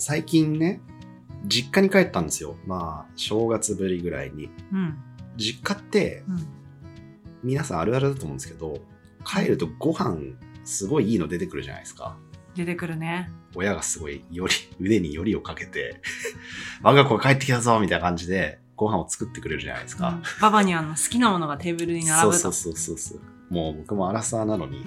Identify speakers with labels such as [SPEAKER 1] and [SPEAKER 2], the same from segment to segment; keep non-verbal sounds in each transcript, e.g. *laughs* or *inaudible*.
[SPEAKER 1] 最近ね、実家に帰ったんですよ。まあ、正月ぶりぐらいに。
[SPEAKER 2] うん。
[SPEAKER 1] 実家って、
[SPEAKER 2] うん。
[SPEAKER 1] 皆さんあるあるだと思うんですけど、帰るとご飯、すごいいいの出てくるじゃないですか。
[SPEAKER 2] 出てくるね。
[SPEAKER 1] 親がすごい、より、腕によりをかけて、 *laughs* 我が子が帰ってきたぞみたいな感じで、ご飯を作ってくれるじゃないです
[SPEAKER 2] う
[SPEAKER 1] か
[SPEAKER 2] ん。ババにあの好きなものがテーブルに並
[SPEAKER 1] そう
[SPEAKER 2] ぶと。
[SPEAKER 1] そうそうそうそう。もう僕もアラサーなのに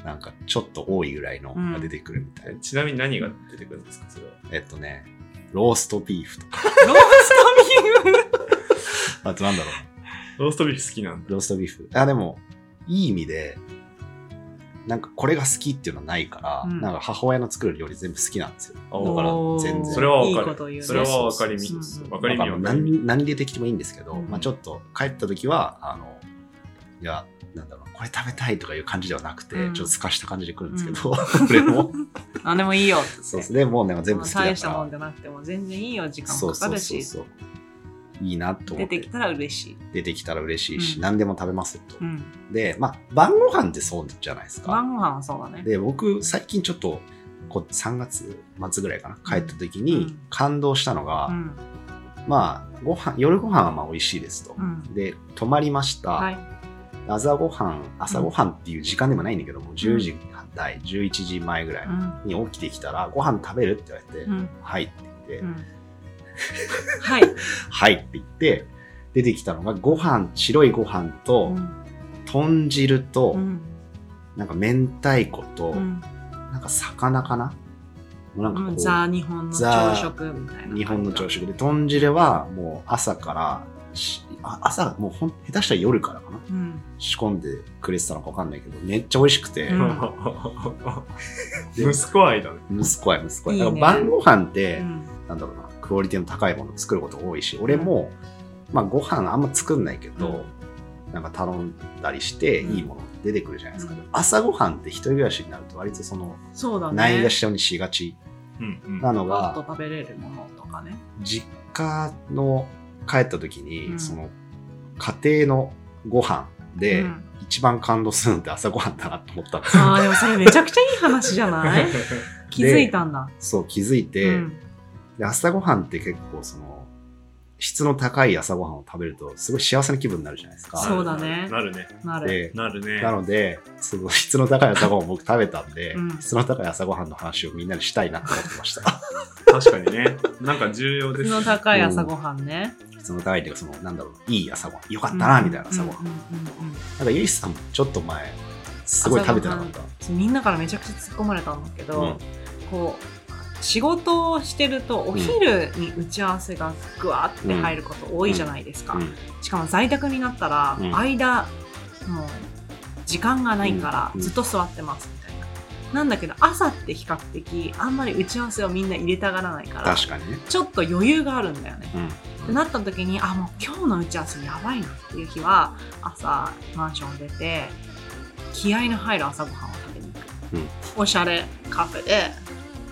[SPEAKER 2] う、ん
[SPEAKER 1] なんかちょっと多いぐらいのが出てくるみたいな。
[SPEAKER 3] ちなみに何が出てくるんですかそれは。
[SPEAKER 1] えっとね、ローストビーフとか、
[SPEAKER 2] ローストビーフ
[SPEAKER 1] あとなんだろう。
[SPEAKER 3] ローストビーフ好きなんだ。
[SPEAKER 1] ローストビーフ。あ、でも、いい意味で、なんかこれが好きっていうのはないから、
[SPEAKER 2] うん
[SPEAKER 1] なんか母親の作る料理全部好きなんですよ。
[SPEAKER 3] あ
[SPEAKER 1] だから
[SPEAKER 2] おー
[SPEAKER 1] 全然。
[SPEAKER 3] それはわ
[SPEAKER 2] いい
[SPEAKER 3] か
[SPEAKER 2] こと言う
[SPEAKER 3] る。
[SPEAKER 2] ね
[SPEAKER 3] それはわかりみ
[SPEAKER 2] そうそうそう。
[SPEAKER 3] わかりみ
[SPEAKER 1] だから
[SPEAKER 3] わかりみ。
[SPEAKER 1] 何何でできてもいいんですけど、
[SPEAKER 2] うん
[SPEAKER 1] まあちょっと帰った時は、あの、いや、なんだろう、これ食べたいとかいう感じではなくて、
[SPEAKER 2] うん
[SPEAKER 1] ちょっと透かした感じで来るんですけど、 *laughs* 俺も。
[SPEAKER 2] 何でもいいよって。
[SPEAKER 1] そう
[SPEAKER 2] *laughs*
[SPEAKER 1] ですね、もうなんか全部好きだから。
[SPEAKER 2] 大したもんじゃなくても全然いいよ時間
[SPEAKER 1] そ
[SPEAKER 2] も
[SPEAKER 1] う
[SPEAKER 2] かか
[SPEAKER 1] そう
[SPEAKER 2] る
[SPEAKER 1] そう
[SPEAKER 2] し
[SPEAKER 1] そう。いいなと思
[SPEAKER 2] 出
[SPEAKER 1] ってて
[SPEAKER 2] きたら嬉しい、
[SPEAKER 1] 出てきたら嬉しいし、
[SPEAKER 2] うん
[SPEAKER 1] 何でも食べますよと、
[SPEAKER 2] うん、
[SPEAKER 1] でまあ晩ご飯ってそうじゃないですか
[SPEAKER 2] 晩ご飯はそうだね
[SPEAKER 1] で僕最近ちょっとこう3月末ぐらいかな帰った時
[SPEAKER 2] う
[SPEAKER 1] に
[SPEAKER 2] ん
[SPEAKER 1] 感動したのが、
[SPEAKER 2] うん
[SPEAKER 1] まあご飯夜ご飯はまあ美味しいですと、
[SPEAKER 2] うん
[SPEAKER 1] で泊まりました、
[SPEAKER 2] はい
[SPEAKER 1] 朝ごはん朝ごはんっていう時間でもないんだけども、10時台11時前ぐらい
[SPEAKER 2] うん
[SPEAKER 1] に起きてきたら「ご飯食べる?」って言われて「
[SPEAKER 2] うん
[SPEAKER 1] はい」って言って「
[SPEAKER 2] うん
[SPEAKER 1] *laughs*
[SPEAKER 2] はい、
[SPEAKER 1] はい」って言って出てきたのがご飯白いご飯と、
[SPEAKER 2] うん
[SPEAKER 1] 豚汁と、
[SPEAKER 2] うん
[SPEAKER 1] なんか明太子と、
[SPEAKER 2] うん
[SPEAKER 1] なんか魚かなもうなんかこ
[SPEAKER 2] う
[SPEAKER 1] う、
[SPEAKER 2] ん、ザ日本の朝食みたいな感じ
[SPEAKER 1] 日本の朝食で豚汁はもう朝からしあ朝もうほん下手したら夜からかな
[SPEAKER 2] うん
[SPEAKER 1] 仕込んでくれてたのか分かんないけどめっちゃ美味しくて、
[SPEAKER 2] うん
[SPEAKER 3] *laughs* 息子愛だね。
[SPEAKER 1] 息子や息子や
[SPEAKER 2] いいね
[SPEAKER 1] だから晩ご飯って、
[SPEAKER 2] うん
[SPEAKER 1] なんだろうなクオリティの高いもの作ることが多いし俺も、まあご飯あんま作んないけど、なんか頼んだりして
[SPEAKER 2] うん
[SPEAKER 1] いいもの出てくるじゃないですか、
[SPEAKER 2] うん
[SPEAKER 1] 朝ごはんって一人暮らしになると割とその
[SPEAKER 2] そうだね
[SPEAKER 1] ないがしろにしがち
[SPEAKER 3] うんうん。
[SPEAKER 1] なの
[SPEAKER 2] パッと
[SPEAKER 1] が
[SPEAKER 2] 食べれるものとかね
[SPEAKER 1] 実家の帰った時に、
[SPEAKER 2] うん
[SPEAKER 1] その家庭のご飯で、
[SPEAKER 2] うん
[SPEAKER 1] 一番感動するのって朝ごはんだなと思
[SPEAKER 2] *laughs*
[SPEAKER 1] ったんですよ
[SPEAKER 2] あーでもそれめちゃくちゃいい話じ
[SPEAKER 1] *laughs*
[SPEAKER 2] ゃ
[SPEAKER 3] *laughs*
[SPEAKER 2] ない気づいたんだ、
[SPEAKER 1] そう気づいうて、
[SPEAKER 2] ん、
[SPEAKER 1] で朝ごはんって結構その質の高い朝ごはんを食べるとすごい幸せな気分になるじゃないですか
[SPEAKER 2] そうだね
[SPEAKER 3] なるね。
[SPEAKER 2] なる
[SPEAKER 1] で
[SPEAKER 3] なるね。
[SPEAKER 1] なのでその *laughs* 質の高い朝ごはんを僕食べたんで、
[SPEAKER 2] うん
[SPEAKER 1] 質の高い朝ごはんの話をみんなにしたいなと思ってました
[SPEAKER 2] *laughs*
[SPEAKER 3] 確かにね。なんか重要で
[SPEAKER 2] 質
[SPEAKER 3] す。
[SPEAKER 2] の高い朝ごはんね、
[SPEAKER 1] 質の高いっていうかそのなんだろういい朝ごはんよかったなみたいな朝ごはん、
[SPEAKER 2] うんうんうんうんうん
[SPEAKER 1] なんかゆいさんもちょっと前すごい食べてなかった
[SPEAKER 2] そうみんなからめちゃくちゃ突っ込まれたんだけど、
[SPEAKER 1] うん
[SPEAKER 2] こう仕事をしてるとお昼に打ち合わせがぐわって入ること多いじゃないですか、
[SPEAKER 1] うん
[SPEAKER 2] しかも在宅になったら
[SPEAKER 1] うん
[SPEAKER 2] 間、もう時間がないか
[SPEAKER 1] うん
[SPEAKER 2] らずっと座ってますみたいな、なんだけど朝って比較的あんまり打ち合わせをみんな入れたがらないから
[SPEAKER 1] 確かにね、
[SPEAKER 2] ちょっと余裕があるんだよね
[SPEAKER 1] うん
[SPEAKER 2] ってなった時にあもう今日の打ち合わせやばいなっていう日は朝マンション出て気合の入る朝ごはんを食べに行く、
[SPEAKER 1] うん
[SPEAKER 2] おしゃれカフェで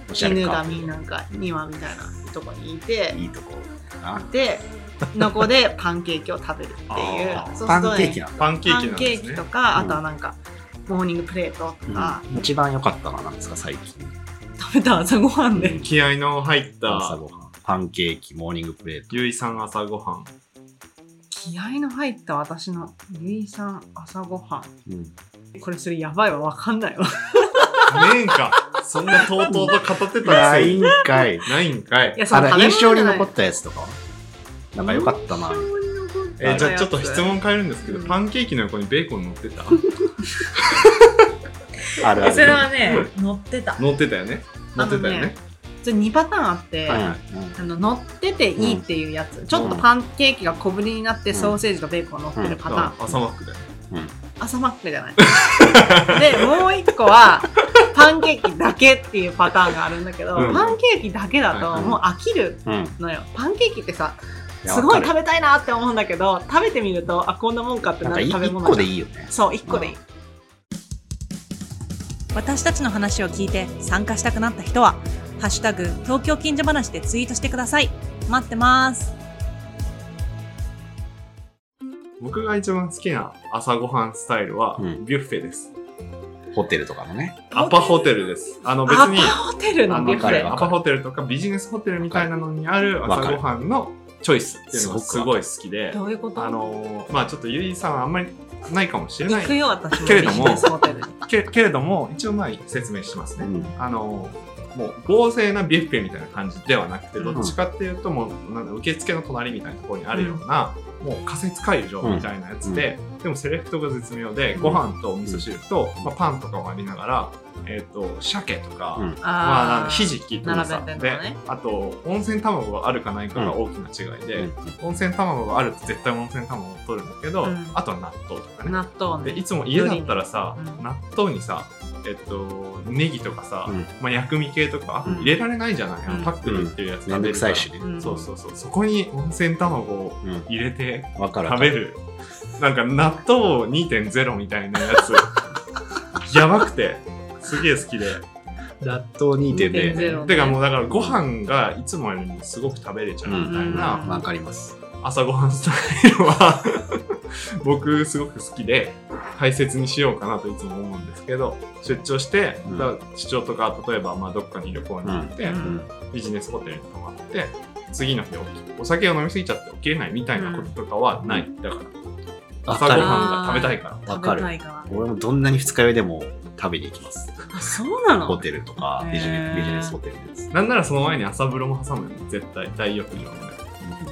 [SPEAKER 1] おしゃれ
[SPEAKER 2] 犬が
[SPEAKER 1] か
[SPEAKER 2] みんなんか庭みたいなとこにいて
[SPEAKER 1] いいとこだな
[SPEAKER 2] でのこでパンケーキを食べるっていう
[SPEAKER 3] あ
[SPEAKER 2] そう
[SPEAKER 1] パ
[SPEAKER 2] するとね
[SPEAKER 1] ンケーキなんだ、
[SPEAKER 3] パンケー
[SPEAKER 2] パ
[SPEAKER 3] キ
[SPEAKER 2] ン
[SPEAKER 3] なん
[SPEAKER 2] ケ
[SPEAKER 3] で
[SPEAKER 2] ー
[SPEAKER 3] す
[SPEAKER 2] キ
[SPEAKER 3] ね
[SPEAKER 2] と。か、
[SPEAKER 1] うん
[SPEAKER 2] あとはなんかモーニングプレートとか、
[SPEAKER 1] うん一番良かったのは何ですか最近
[SPEAKER 2] 食べた朝ごはんで、
[SPEAKER 1] うん
[SPEAKER 3] 気合の入った
[SPEAKER 1] 朝ごはんパンケーキモーニングプレート
[SPEAKER 3] ゆいさん朝ごはん。
[SPEAKER 2] 気合の入った私のゆいさん朝ごは
[SPEAKER 1] うん
[SPEAKER 2] んこれそれやばいわわかんないわ
[SPEAKER 1] *laughs*
[SPEAKER 3] ねえか。そんなとうとうと語ってた
[SPEAKER 1] な
[SPEAKER 3] ら
[SPEAKER 1] いんかい
[SPEAKER 3] ないんかい
[SPEAKER 2] い。やそ
[SPEAKER 1] あ
[SPEAKER 2] の食
[SPEAKER 1] れ
[SPEAKER 2] べ物
[SPEAKER 1] 印象に
[SPEAKER 2] じゃない
[SPEAKER 1] 残ったやつとかはなんか良かったな
[SPEAKER 3] えーじゃあちょっと質問変えるんですけど、
[SPEAKER 2] うん
[SPEAKER 3] パンケーキの横にベーコン乗ってた
[SPEAKER 1] あるある
[SPEAKER 2] それはね乗ってた
[SPEAKER 3] 乗ってたよね乗ってたよね
[SPEAKER 2] それ2パターンあって、
[SPEAKER 1] はいはいうん
[SPEAKER 2] あの乗ってていいっていうやつ、ちょっとパンケーキが小ぶりになってソーセージとベーコン乗ってるパターン、
[SPEAKER 3] あ朝マックだよね
[SPEAKER 2] *laughs* 朝マックじゃないでもう一個はパンケーキだけっていうパターンがあるんだけど、
[SPEAKER 1] うん
[SPEAKER 2] パンケーキだけだ
[SPEAKER 1] はい
[SPEAKER 2] と
[SPEAKER 1] はい
[SPEAKER 2] もう飽きる
[SPEAKER 1] うん。い
[SPEAKER 2] のよ。パンケーキってさ、
[SPEAKER 1] や
[SPEAKER 2] すごい
[SPEAKER 1] わか
[SPEAKER 2] 食
[SPEAKER 1] る
[SPEAKER 2] べたいなって思うんだけど、食べてみると、あ、こんなもんかって
[SPEAKER 1] なん
[SPEAKER 2] な
[SPEAKER 1] か
[SPEAKER 2] る
[SPEAKER 1] い
[SPEAKER 2] 食べ
[SPEAKER 1] 一
[SPEAKER 2] 物
[SPEAKER 1] 個
[SPEAKER 2] じ
[SPEAKER 1] で
[SPEAKER 2] ゃん
[SPEAKER 1] いいよね。
[SPEAKER 2] そう、1個でいい。
[SPEAKER 4] 私たちの話を聞いて参加したくなった人は、ハッシュタグ、東京近所話でツイートしてください。待ってます。
[SPEAKER 3] 僕が一番好きな朝ごはんスタイルは、
[SPEAKER 1] うん
[SPEAKER 3] ビュッフェです。
[SPEAKER 1] ホテルとかのね。
[SPEAKER 3] アパホテルです。あの別
[SPEAKER 2] アパ
[SPEAKER 3] に、
[SPEAKER 2] ホテル
[SPEAKER 3] あ
[SPEAKER 2] の
[SPEAKER 3] の
[SPEAKER 2] ビ
[SPEAKER 1] わ
[SPEAKER 2] ュッフ
[SPEAKER 1] かる
[SPEAKER 2] ェ。
[SPEAKER 3] アパホテルとかビジネスホテルみたいなのにある
[SPEAKER 1] わか
[SPEAKER 3] 朝
[SPEAKER 1] る
[SPEAKER 3] ごはんのチョイスっていうのがすごい好きで、
[SPEAKER 2] どういうこと
[SPEAKER 3] あのーまあちょっとゆいさんはあんまりないかもしれな
[SPEAKER 4] 行く
[SPEAKER 3] い
[SPEAKER 4] よ、私も。
[SPEAKER 3] けれども
[SPEAKER 4] ビジネスホテルに
[SPEAKER 3] けけれども、一応まあ説明します
[SPEAKER 1] う
[SPEAKER 3] ね。
[SPEAKER 1] ん。
[SPEAKER 3] あのもう合成なビュッフェみたいな感じではなくて、
[SPEAKER 4] うん
[SPEAKER 3] どっちかっていうともうなんだ受付の隣みたいなところにあるような、もう仮設会場みたいなやつで、でもセレクトが絶妙で、ご飯とお味噌汁と、まあ、パンとかをありながら、えっと鮭とか、
[SPEAKER 1] うん
[SPEAKER 3] まあ、なん
[SPEAKER 2] あ
[SPEAKER 3] だ
[SPEAKER 2] ー
[SPEAKER 3] ひじきとかさ
[SPEAKER 2] 並べてん
[SPEAKER 3] で
[SPEAKER 2] のね
[SPEAKER 3] あと温泉卵があるかないかが大きな違いで、
[SPEAKER 1] うん
[SPEAKER 3] 温泉卵があると絶対温泉卵を取るんだけど、
[SPEAKER 2] うん
[SPEAKER 3] あとは納豆とかね
[SPEAKER 2] 納豆
[SPEAKER 3] で
[SPEAKER 2] ね
[SPEAKER 3] い。つも家だったらさ、
[SPEAKER 2] うん
[SPEAKER 3] 納豆にさえっとネギとかさ、
[SPEAKER 1] うん
[SPEAKER 3] まあ、薬味系とか
[SPEAKER 1] うん
[SPEAKER 3] 入れられないじゃない、あ
[SPEAKER 2] うん
[SPEAKER 3] のパックで売ってるやつ
[SPEAKER 1] めん
[SPEAKER 3] 食べ
[SPEAKER 1] ど
[SPEAKER 3] る
[SPEAKER 1] く
[SPEAKER 3] か
[SPEAKER 1] さ
[SPEAKER 3] ら、
[SPEAKER 1] いしね。
[SPEAKER 2] うん
[SPEAKER 3] そうそうそうそこに温泉卵を
[SPEAKER 1] うん。
[SPEAKER 3] 入れて
[SPEAKER 1] わかる。
[SPEAKER 3] 食べ。るなんか納豆2.0みたいなやつ *laughs* やばくてすげえ好きで
[SPEAKER 1] 納豆2.0。
[SPEAKER 2] 2.0
[SPEAKER 3] てかもうだからご飯がいつもよりもすごく食べれちゃうみたいな、
[SPEAKER 1] わかります。
[SPEAKER 3] 朝ごはんスタイルは *laughs* 僕すごく好きで大切にしようかなといつも思うんですけど出張して、
[SPEAKER 1] うん
[SPEAKER 3] だから出張とか例えばまあどっかに旅行に行って、
[SPEAKER 2] うん
[SPEAKER 3] ビジネスホテルに泊まって次の日起きお酒を飲みすぎちゃって起きれないみたいなこととかはない、だから
[SPEAKER 1] わ
[SPEAKER 3] 朝
[SPEAKER 1] か
[SPEAKER 3] ご
[SPEAKER 1] る。
[SPEAKER 3] はんが食べたいから
[SPEAKER 1] わかる
[SPEAKER 2] 食べたいから
[SPEAKER 1] 俺もどんなに二日酔いでも食べに行きます。
[SPEAKER 2] あそうな
[SPEAKER 1] ホ
[SPEAKER 2] の
[SPEAKER 1] テルとか
[SPEAKER 2] へー
[SPEAKER 1] ビジネスビジネスホテルのやつ。
[SPEAKER 3] なんならその前に朝風呂も挟むよね絶対大浴場もね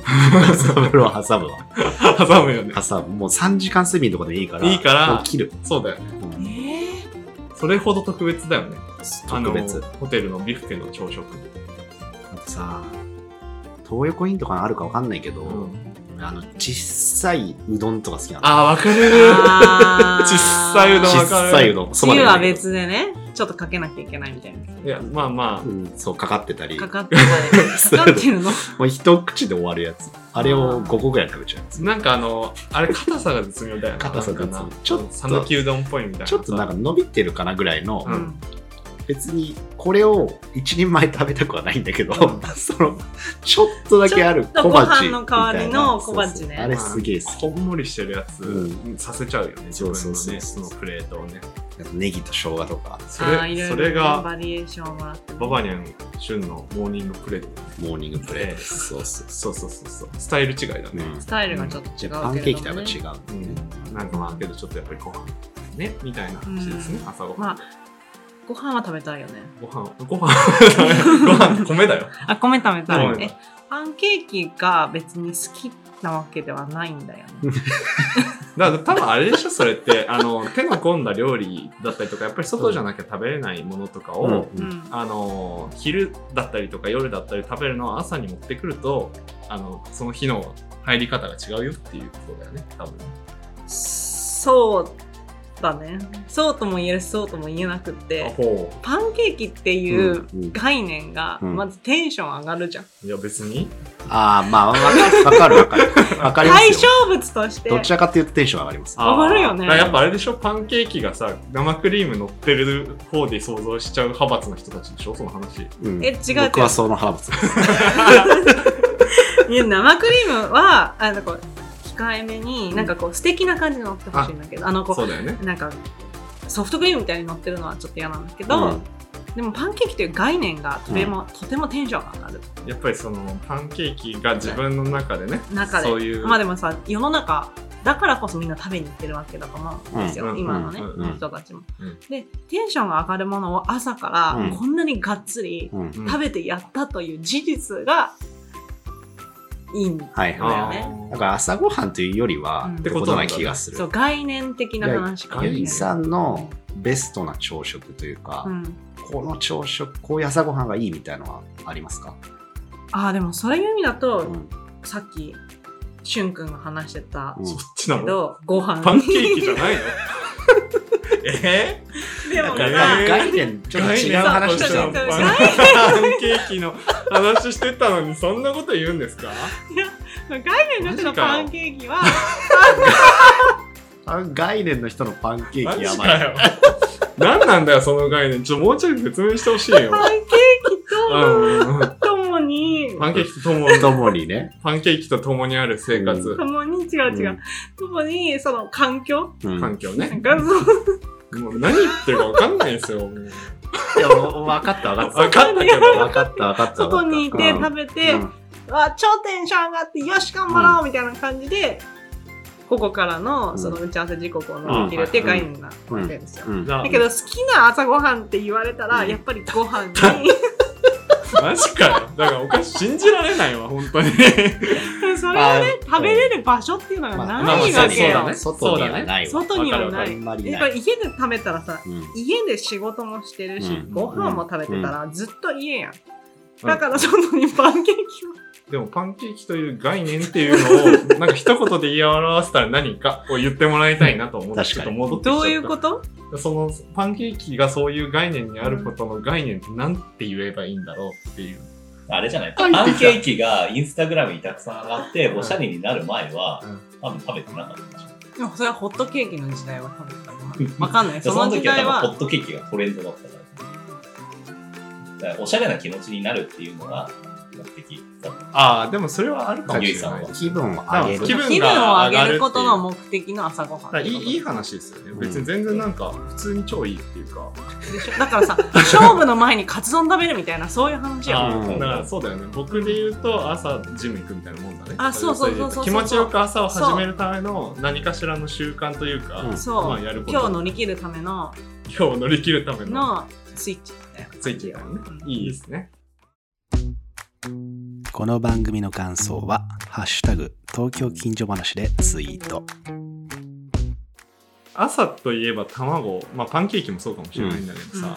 [SPEAKER 1] 朝風呂挟むわ。
[SPEAKER 3] *laughs* 挟むよね
[SPEAKER 1] 朝、もう3時間睡眠とかでいいから。
[SPEAKER 3] いいから
[SPEAKER 1] 起きる。
[SPEAKER 3] そうだよね
[SPEAKER 1] うん
[SPEAKER 2] えー
[SPEAKER 3] それほど特別だよね
[SPEAKER 1] 特別。
[SPEAKER 3] あのホテルのビュッフェの朝食、
[SPEAKER 1] あとさ、東横インとかあるかわかんないけど、あの、小さいうどんとか好きなの。
[SPEAKER 3] ああわか *laughs* る
[SPEAKER 2] あー
[SPEAKER 3] 小さいうどん
[SPEAKER 1] 小
[SPEAKER 3] わかる
[SPEAKER 1] さいうどん。そば
[SPEAKER 2] つ
[SPEAKER 1] でも
[SPEAKER 2] ゆ
[SPEAKER 1] な
[SPEAKER 2] はい
[SPEAKER 1] けど
[SPEAKER 2] 別でね、ちょっとかけなきゃいけないみたいな。
[SPEAKER 3] いや、まあま
[SPEAKER 1] うん、そう、かかってたり。
[SPEAKER 2] かかっ
[SPEAKER 1] *laughs*
[SPEAKER 2] てたり。かかってるの
[SPEAKER 1] もう一口で終わるやつ。あれを5個ぐらい食べちゃうやつ
[SPEAKER 3] あ、。なんかあの、あれ、硬さが絶妙だよな。
[SPEAKER 1] 硬さが絶妙
[SPEAKER 3] なんかな
[SPEAKER 1] ちょっと
[SPEAKER 3] 讃岐うどんっぽいみたいな。
[SPEAKER 1] ちょっとなんか伸びてるかなぐらいの、
[SPEAKER 3] うん
[SPEAKER 1] 別にこれを一人前食べたくはないんだけど、
[SPEAKER 3] う
[SPEAKER 1] *laughs* その、ちょっとだけある
[SPEAKER 2] ちょっと
[SPEAKER 1] 小鉢みたいな。
[SPEAKER 2] ご飯の代わりの小鉢ね
[SPEAKER 1] そうそう
[SPEAKER 3] ま
[SPEAKER 1] あれすげえ好き。
[SPEAKER 3] ほんもりしてるやつ、
[SPEAKER 1] う
[SPEAKER 3] させちゃうよね、自分のね、
[SPEAKER 1] そうそうそう
[SPEAKER 3] そのプレートをね。
[SPEAKER 1] あとネギと生姜とか、
[SPEAKER 3] そ
[SPEAKER 2] あーい
[SPEAKER 3] れ
[SPEAKER 2] ろいろ
[SPEAKER 3] それが、
[SPEAKER 2] バリエーションもらってね。
[SPEAKER 3] ババニャン旬のモーニングプレート。
[SPEAKER 1] モーニングプレートです。そうそう
[SPEAKER 3] そうそうそうそう。スタイル違いだね。
[SPEAKER 2] スタイルがちょっと違う
[SPEAKER 1] じ
[SPEAKER 2] け
[SPEAKER 1] ゃ
[SPEAKER 2] れど
[SPEAKER 1] あ
[SPEAKER 2] も
[SPEAKER 1] パン
[SPEAKER 2] ね。
[SPEAKER 1] ケーキとはやっぱ違
[SPEAKER 3] う。
[SPEAKER 1] うんね。
[SPEAKER 3] なんかまあ、けどちょっとやっぱりご飯ね、みたいな話ですね、朝ごはん。
[SPEAKER 2] まあご飯は食べたいよね。
[SPEAKER 3] ご飯、ご飯、ご飯、米
[SPEAKER 2] *laughs*
[SPEAKER 3] だよ。
[SPEAKER 2] あ、米食べた
[SPEAKER 3] うん
[SPEAKER 2] い。え、パンケーキが別に好きなわけではないんだよね。
[SPEAKER 3] だから多分あれでしょそれって *laughs* あの手の込んだ料理だったりとかやっぱり外じゃなきゃ食べれないものとかを、
[SPEAKER 1] うん
[SPEAKER 2] うん。
[SPEAKER 3] あの昼だったりとか夜だったり食べるのを朝に持ってくるとあのその日の入り方が違うよっていうことだよね多分
[SPEAKER 2] そうだね。そうとも言えるし、そうとも言えなくって。
[SPEAKER 3] ほ
[SPEAKER 2] パンケーキっていう
[SPEAKER 1] うんうん
[SPEAKER 2] 概念が、
[SPEAKER 1] うん
[SPEAKER 2] まずテンション上がるじゃん。
[SPEAKER 3] ういや別に
[SPEAKER 1] ああ、まあ、わかるわかるわかる。わかりま
[SPEAKER 2] 対
[SPEAKER 1] す
[SPEAKER 2] 象
[SPEAKER 1] よ。
[SPEAKER 2] 物として。
[SPEAKER 1] どちらかというとテンション上がります。
[SPEAKER 3] あー
[SPEAKER 2] 上がるよね
[SPEAKER 3] だからやっぱあれでしょパンケーキがさ生クリーム乗ってる方で想像しちゃう派閥の人たちでしょその話
[SPEAKER 1] うん
[SPEAKER 2] え違う
[SPEAKER 1] 僕はその腹立つ。
[SPEAKER 2] いや生クリームはあのこう控えめになんかこう素敵な感じに乗ってほしいんだけどあのこ
[SPEAKER 3] そうだよね
[SPEAKER 2] うなんかソフトクリームみたいに乗ってるのはちょっと嫌なんだけど、
[SPEAKER 1] うん
[SPEAKER 2] でもパンケーキという概念がとても、とてもテンションが上がる
[SPEAKER 3] やっぱりそのパンケーキが自分の中でね
[SPEAKER 2] 中で
[SPEAKER 3] そういう
[SPEAKER 2] まあでもさ世の中だからこそみんな食べに行ってるわけだと思うんですよ、
[SPEAKER 3] うん
[SPEAKER 2] 今のね、
[SPEAKER 3] うんうん
[SPEAKER 1] うん
[SPEAKER 2] 人たちも、
[SPEAKER 3] うん
[SPEAKER 2] でテンションが上がるものを朝か
[SPEAKER 1] うん
[SPEAKER 2] らこんなにがっつり
[SPEAKER 1] うん
[SPEAKER 3] うん
[SPEAKER 2] 食べてやったという事実がいいんだ
[SPEAKER 1] はい
[SPEAKER 2] そうだよ
[SPEAKER 1] は
[SPEAKER 2] ね
[SPEAKER 1] い。だから朝ごはんというよりは、
[SPEAKER 2] うん
[SPEAKER 1] ってことな気がする
[SPEAKER 2] そう。概念的な話かもしれない
[SPEAKER 1] ゆいさんのベストな朝食というか、
[SPEAKER 2] うん
[SPEAKER 1] この朝食、こういう朝ごはんがいいみたいのはありますか、
[SPEAKER 2] ああでもそういう意味だと、
[SPEAKER 1] うん
[SPEAKER 2] さっきしゅんくんが話してた
[SPEAKER 1] うん
[SPEAKER 3] そっちな
[SPEAKER 2] け
[SPEAKER 3] の
[SPEAKER 2] ど、ご飯
[SPEAKER 3] パンケーキじゃないのえ
[SPEAKER 2] *laughs* でも
[SPEAKER 1] か
[SPEAKER 2] さ
[SPEAKER 3] えー
[SPEAKER 1] ら概念ちょっと違う話してた
[SPEAKER 2] そ
[SPEAKER 1] も
[SPEAKER 2] うんそ
[SPEAKER 1] ね
[SPEAKER 2] う
[SPEAKER 3] パンケーキの話してたのにそんなこと言うんですか
[SPEAKER 2] 概念の人のパンケーキは
[SPEAKER 1] あの概念の人のパンケ
[SPEAKER 3] マ
[SPEAKER 1] ーキや
[SPEAKER 3] ジ
[SPEAKER 1] ば
[SPEAKER 3] か
[SPEAKER 1] い
[SPEAKER 3] よ何なんだよその概念ちょっともうちょい説明してほしいよ
[SPEAKER 2] パンケー
[SPEAKER 3] う
[SPEAKER 2] キ
[SPEAKER 3] んうんうん
[SPEAKER 2] とともに
[SPEAKER 3] パンケーキととも
[SPEAKER 1] *laughs*
[SPEAKER 3] に
[SPEAKER 1] ともにね、
[SPEAKER 3] パンケーキとともにある生活
[SPEAKER 2] ともに違う違う、ともにその環境
[SPEAKER 1] うん、
[SPEAKER 3] 環境ね
[SPEAKER 2] 画像
[SPEAKER 3] もう何言ってるか分かんないですよもう
[SPEAKER 1] いやもう分かった分かった
[SPEAKER 3] 分かんないけ
[SPEAKER 2] *laughs*
[SPEAKER 3] ど
[SPEAKER 1] 分かった分かった
[SPEAKER 2] 外にいて
[SPEAKER 1] うん
[SPEAKER 2] 食べて、
[SPEAKER 1] うん
[SPEAKER 2] わ超テンション上がってよし頑張ろう、みたいな感じでここから
[SPEAKER 1] う
[SPEAKER 2] の
[SPEAKER 1] ん
[SPEAKER 2] その打ち合わせ時刻を乗り切るっていう概念があるんですよ、
[SPEAKER 1] うん
[SPEAKER 3] じゃあ
[SPEAKER 2] だけど好きな朝ごはんって言われたら、
[SPEAKER 1] うん
[SPEAKER 2] やっぱりご飯に
[SPEAKER 3] マジかよだからおかし信じられないわ本当に
[SPEAKER 2] *laughs* それをね食べれる場所っていうのが
[SPEAKER 1] まあ
[SPEAKER 2] ない
[SPEAKER 3] まあ
[SPEAKER 2] わ
[SPEAKER 3] そう
[SPEAKER 2] けよ、
[SPEAKER 3] だ
[SPEAKER 1] 外には
[SPEAKER 3] ね
[SPEAKER 1] ないわ。
[SPEAKER 2] 外には
[SPEAKER 3] わか
[SPEAKER 2] な
[SPEAKER 3] る
[SPEAKER 1] わかるあ
[SPEAKER 2] い
[SPEAKER 1] んまりない
[SPEAKER 2] やっぱり家で食べたらさ
[SPEAKER 1] うん
[SPEAKER 2] 家で仕事もしてるし、
[SPEAKER 1] うん
[SPEAKER 2] ご飯も食べてたらずっと家やん、だから外にパンケーキを
[SPEAKER 3] でもパンケーキという概念っていうのをなんか一言で言い表したら何かを言ってもらいたいなと思って
[SPEAKER 1] 確
[SPEAKER 3] ちょ
[SPEAKER 1] か
[SPEAKER 3] っと
[SPEAKER 1] に
[SPEAKER 3] 戻ってきちゃっ
[SPEAKER 2] ど
[SPEAKER 3] た
[SPEAKER 2] ういうこと
[SPEAKER 3] そのパンケーキがそういう概念にあることの概念ってなんて言えばいいんだろうっていう。
[SPEAKER 5] あれじゃないパ
[SPEAKER 1] 入ってき
[SPEAKER 5] ン
[SPEAKER 1] た
[SPEAKER 5] ケーキがインスタグラムにたくさん上がって、
[SPEAKER 3] うん
[SPEAKER 5] おしゃれになる前は、
[SPEAKER 3] うん
[SPEAKER 5] 多分食べてなかったでしょ。
[SPEAKER 2] でもそれはホットケーキの時代は食べたのわかんない。
[SPEAKER 5] で
[SPEAKER 2] そ
[SPEAKER 5] その
[SPEAKER 2] の時
[SPEAKER 5] 時は
[SPEAKER 2] 代
[SPEAKER 5] 多分
[SPEAKER 2] は
[SPEAKER 5] ホットケーキがトレンドだったから。だからおしゃれな気持ちになるっていうのが目的だった。
[SPEAKER 3] ああ、でもそれはあるかもしれないです。
[SPEAKER 1] 気分を上げ
[SPEAKER 3] 気
[SPEAKER 1] る。
[SPEAKER 3] 分
[SPEAKER 2] 気分を
[SPEAKER 3] が
[SPEAKER 2] 上
[SPEAKER 3] 上がるっていう
[SPEAKER 2] げることの目的の朝ごは
[SPEAKER 3] だ
[SPEAKER 2] ん
[SPEAKER 3] からいいいい
[SPEAKER 2] で
[SPEAKER 3] 話ですよね。
[SPEAKER 1] ん
[SPEAKER 3] 別に全然なんか普通に超いいっていうか。
[SPEAKER 2] しょだからさ勝負の前にカツ丼食べるみたいなそういう話よ
[SPEAKER 3] ああ
[SPEAKER 1] うん
[SPEAKER 3] だからそうだよね。僕で言うと朝ジム行くみたいなもんだね。
[SPEAKER 2] あそうそうそうそう
[SPEAKER 3] 気持ちよく朝を始めるための何かしらの習慣というか、
[SPEAKER 1] うん
[SPEAKER 2] そう、
[SPEAKER 3] まあやること
[SPEAKER 2] 今日乗り切るための
[SPEAKER 3] 今日乗り切るための
[SPEAKER 2] のスイッチだよ
[SPEAKER 3] ついてるね。いいですね。
[SPEAKER 6] この番組の感想は「ハッシュタグ東京近所話」でツイート
[SPEAKER 3] 朝といえば卵、まあパンケーキもそうかもしれないんだけどさ、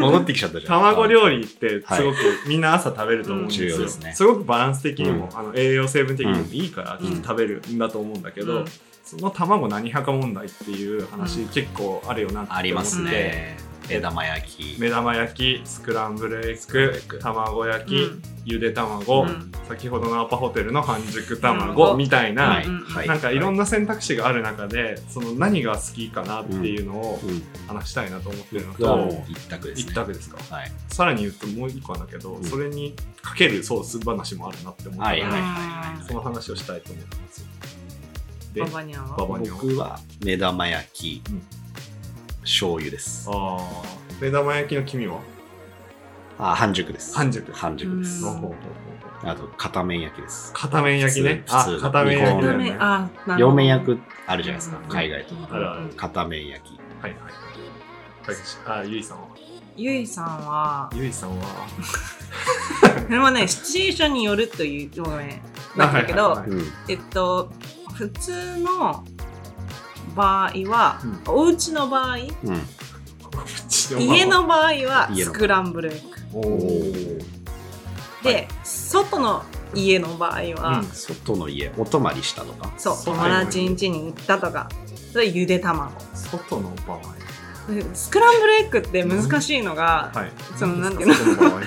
[SPEAKER 1] 戻ってきちゃったじゃん。
[SPEAKER 3] 卵料理って
[SPEAKER 1] はい
[SPEAKER 3] すごくみんな朝食べると思うんですよ、
[SPEAKER 1] 重要ですね
[SPEAKER 3] すごくバランス的にも、
[SPEAKER 1] う
[SPEAKER 3] あの栄養成分的にもいいから
[SPEAKER 2] うん
[SPEAKER 3] きっと食べるんだと思うんだけど、
[SPEAKER 2] うん
[SPEAKER 3] その卵何派か問題っていう話結構あるよなって思って
[SPEAKER 1] ありますね。枝玉焼き。
[SPEAKER 3] 目玉焼きスクランブルエッグ卵焼き、
[SPEAKER 2] うん
[SPEAKER 3] ゆで卵、
[SPEAKER 2] うん
[SPEAKER 3] 先ほどのアパホテルの半熟
[SPEAKER 2] う
[SPEAKER 3] 卵
[SPEAKER 2] ん
[SPEAKER 3] みたいな、
[SPEAKER 2] うん
[SPEAKER 3] なんかいろん
[SPEAKER 1] な。
[SPEAKER 3] な選択肢がある中でその何が好きかなっていうのを
[SPEAKER 1] うん。
[SPEAKER 3] 話したいなと思ってるの
[SPEAKER 1] 僕は
[SPEAKER 3] と、
[SPEAKER 1] もう一択です
[SPEAKER 3] 一
[SPEAKER 1] ね。
[SPEAKER 3] 択ですか
[SPEAKER 1] はい。
[SPEAKER 3] さらに言うともう一個あるんだけど、
[SPEAKER 1] うん
[SPEAKER 3] それにかけるソース話もあるなって思ったの
[SPEAKER 1] はい
[SPEAKER 3] で、
[SPEAKER 1] はいはいはい。
[SPEAKER 3] その話をしたいと思います。で
[SPEAKER 2] バ、バニャンは
[SPEAKER 3] ババニャン
[SPEAKER 1] 僕は目玉焼き
[SPEAKER 3] うん、
[SPEAKER 1] 醤油です。
[SPEAKER 3] あー目玉焼きの黄身は
[SPEAKER 1] あ、半熟です。
[SPEAKER 3] 半熟
[SPEAKER 1] 半熟です
[SPEAKER 2] う。ん
[SPEAKER 1] あと、片面焼きです。
[SPEAKER 3] 片面焼きね。
[SPEAKER 1] 普通
[SPEAKER 3] あ
[SPEAKER 1] 普通、
[SPEAKER 3] 片面焼きだ
[SPEAKER 2] 片
[SPEAKER 3] よね。
[SPEAKER 2] 面
[SPEAKER 3] は
[SPEAKER 2] あなるほ
[SPEAKER 1] 両
[SPEAKER 2] ど
[SPEAKER 1] 面焼くあるじゃないですか、
[SPEAKER 2] うん
[SPEAKER 1] 海外とか。
[SPEAKER 3] あるある
[SPEAKER 1] 片面焼き。
[SPEAKER 3] いはい。たけしあ、ゆいさんは
[SPEAKER 2] ゆいさんは
[SPEAKER 3] ゆいさん
[SPEAKER 2] こ
[SPEAKER 3] は
[SPEAKER 2] れはねシチュエーションによるという表面なんだけ
[SPEAKER 3] あ
[SPEAKER 2] ど、
[SPEAKER 3] はいはいはい
[SPEAKER 1] うん。
[SPEAKER 2] えっと普通の場合は、お家の場合
[SPEAKER 1] うん。
[SPEAKER 2] 家の場合は
[SPEAKER 1] 家の
[SPEAKER 2] スクランブルエッグ
[SPEAKER 3] おー
[SPEAKER 2] で、外の家の場合は、
[SPEAKER 3] うん
[SPEAKER 1] 外の家、お泊まりしたとか。
[SPEAKER 2] そう
[SPEAKER 3] そう
[SPEAKER 2] 友達ん家に行ったとかそれゆで卵
[SPEAKER 3] 外の場合。
[SPEAKER 2] でスクランブルエッグって難しいのが、
[SPEAKER 3] はい。
[SPEAKER 2] そのなんていうの
[SPEAKER 3] 外の場合
[SPEAKER 1] ちょ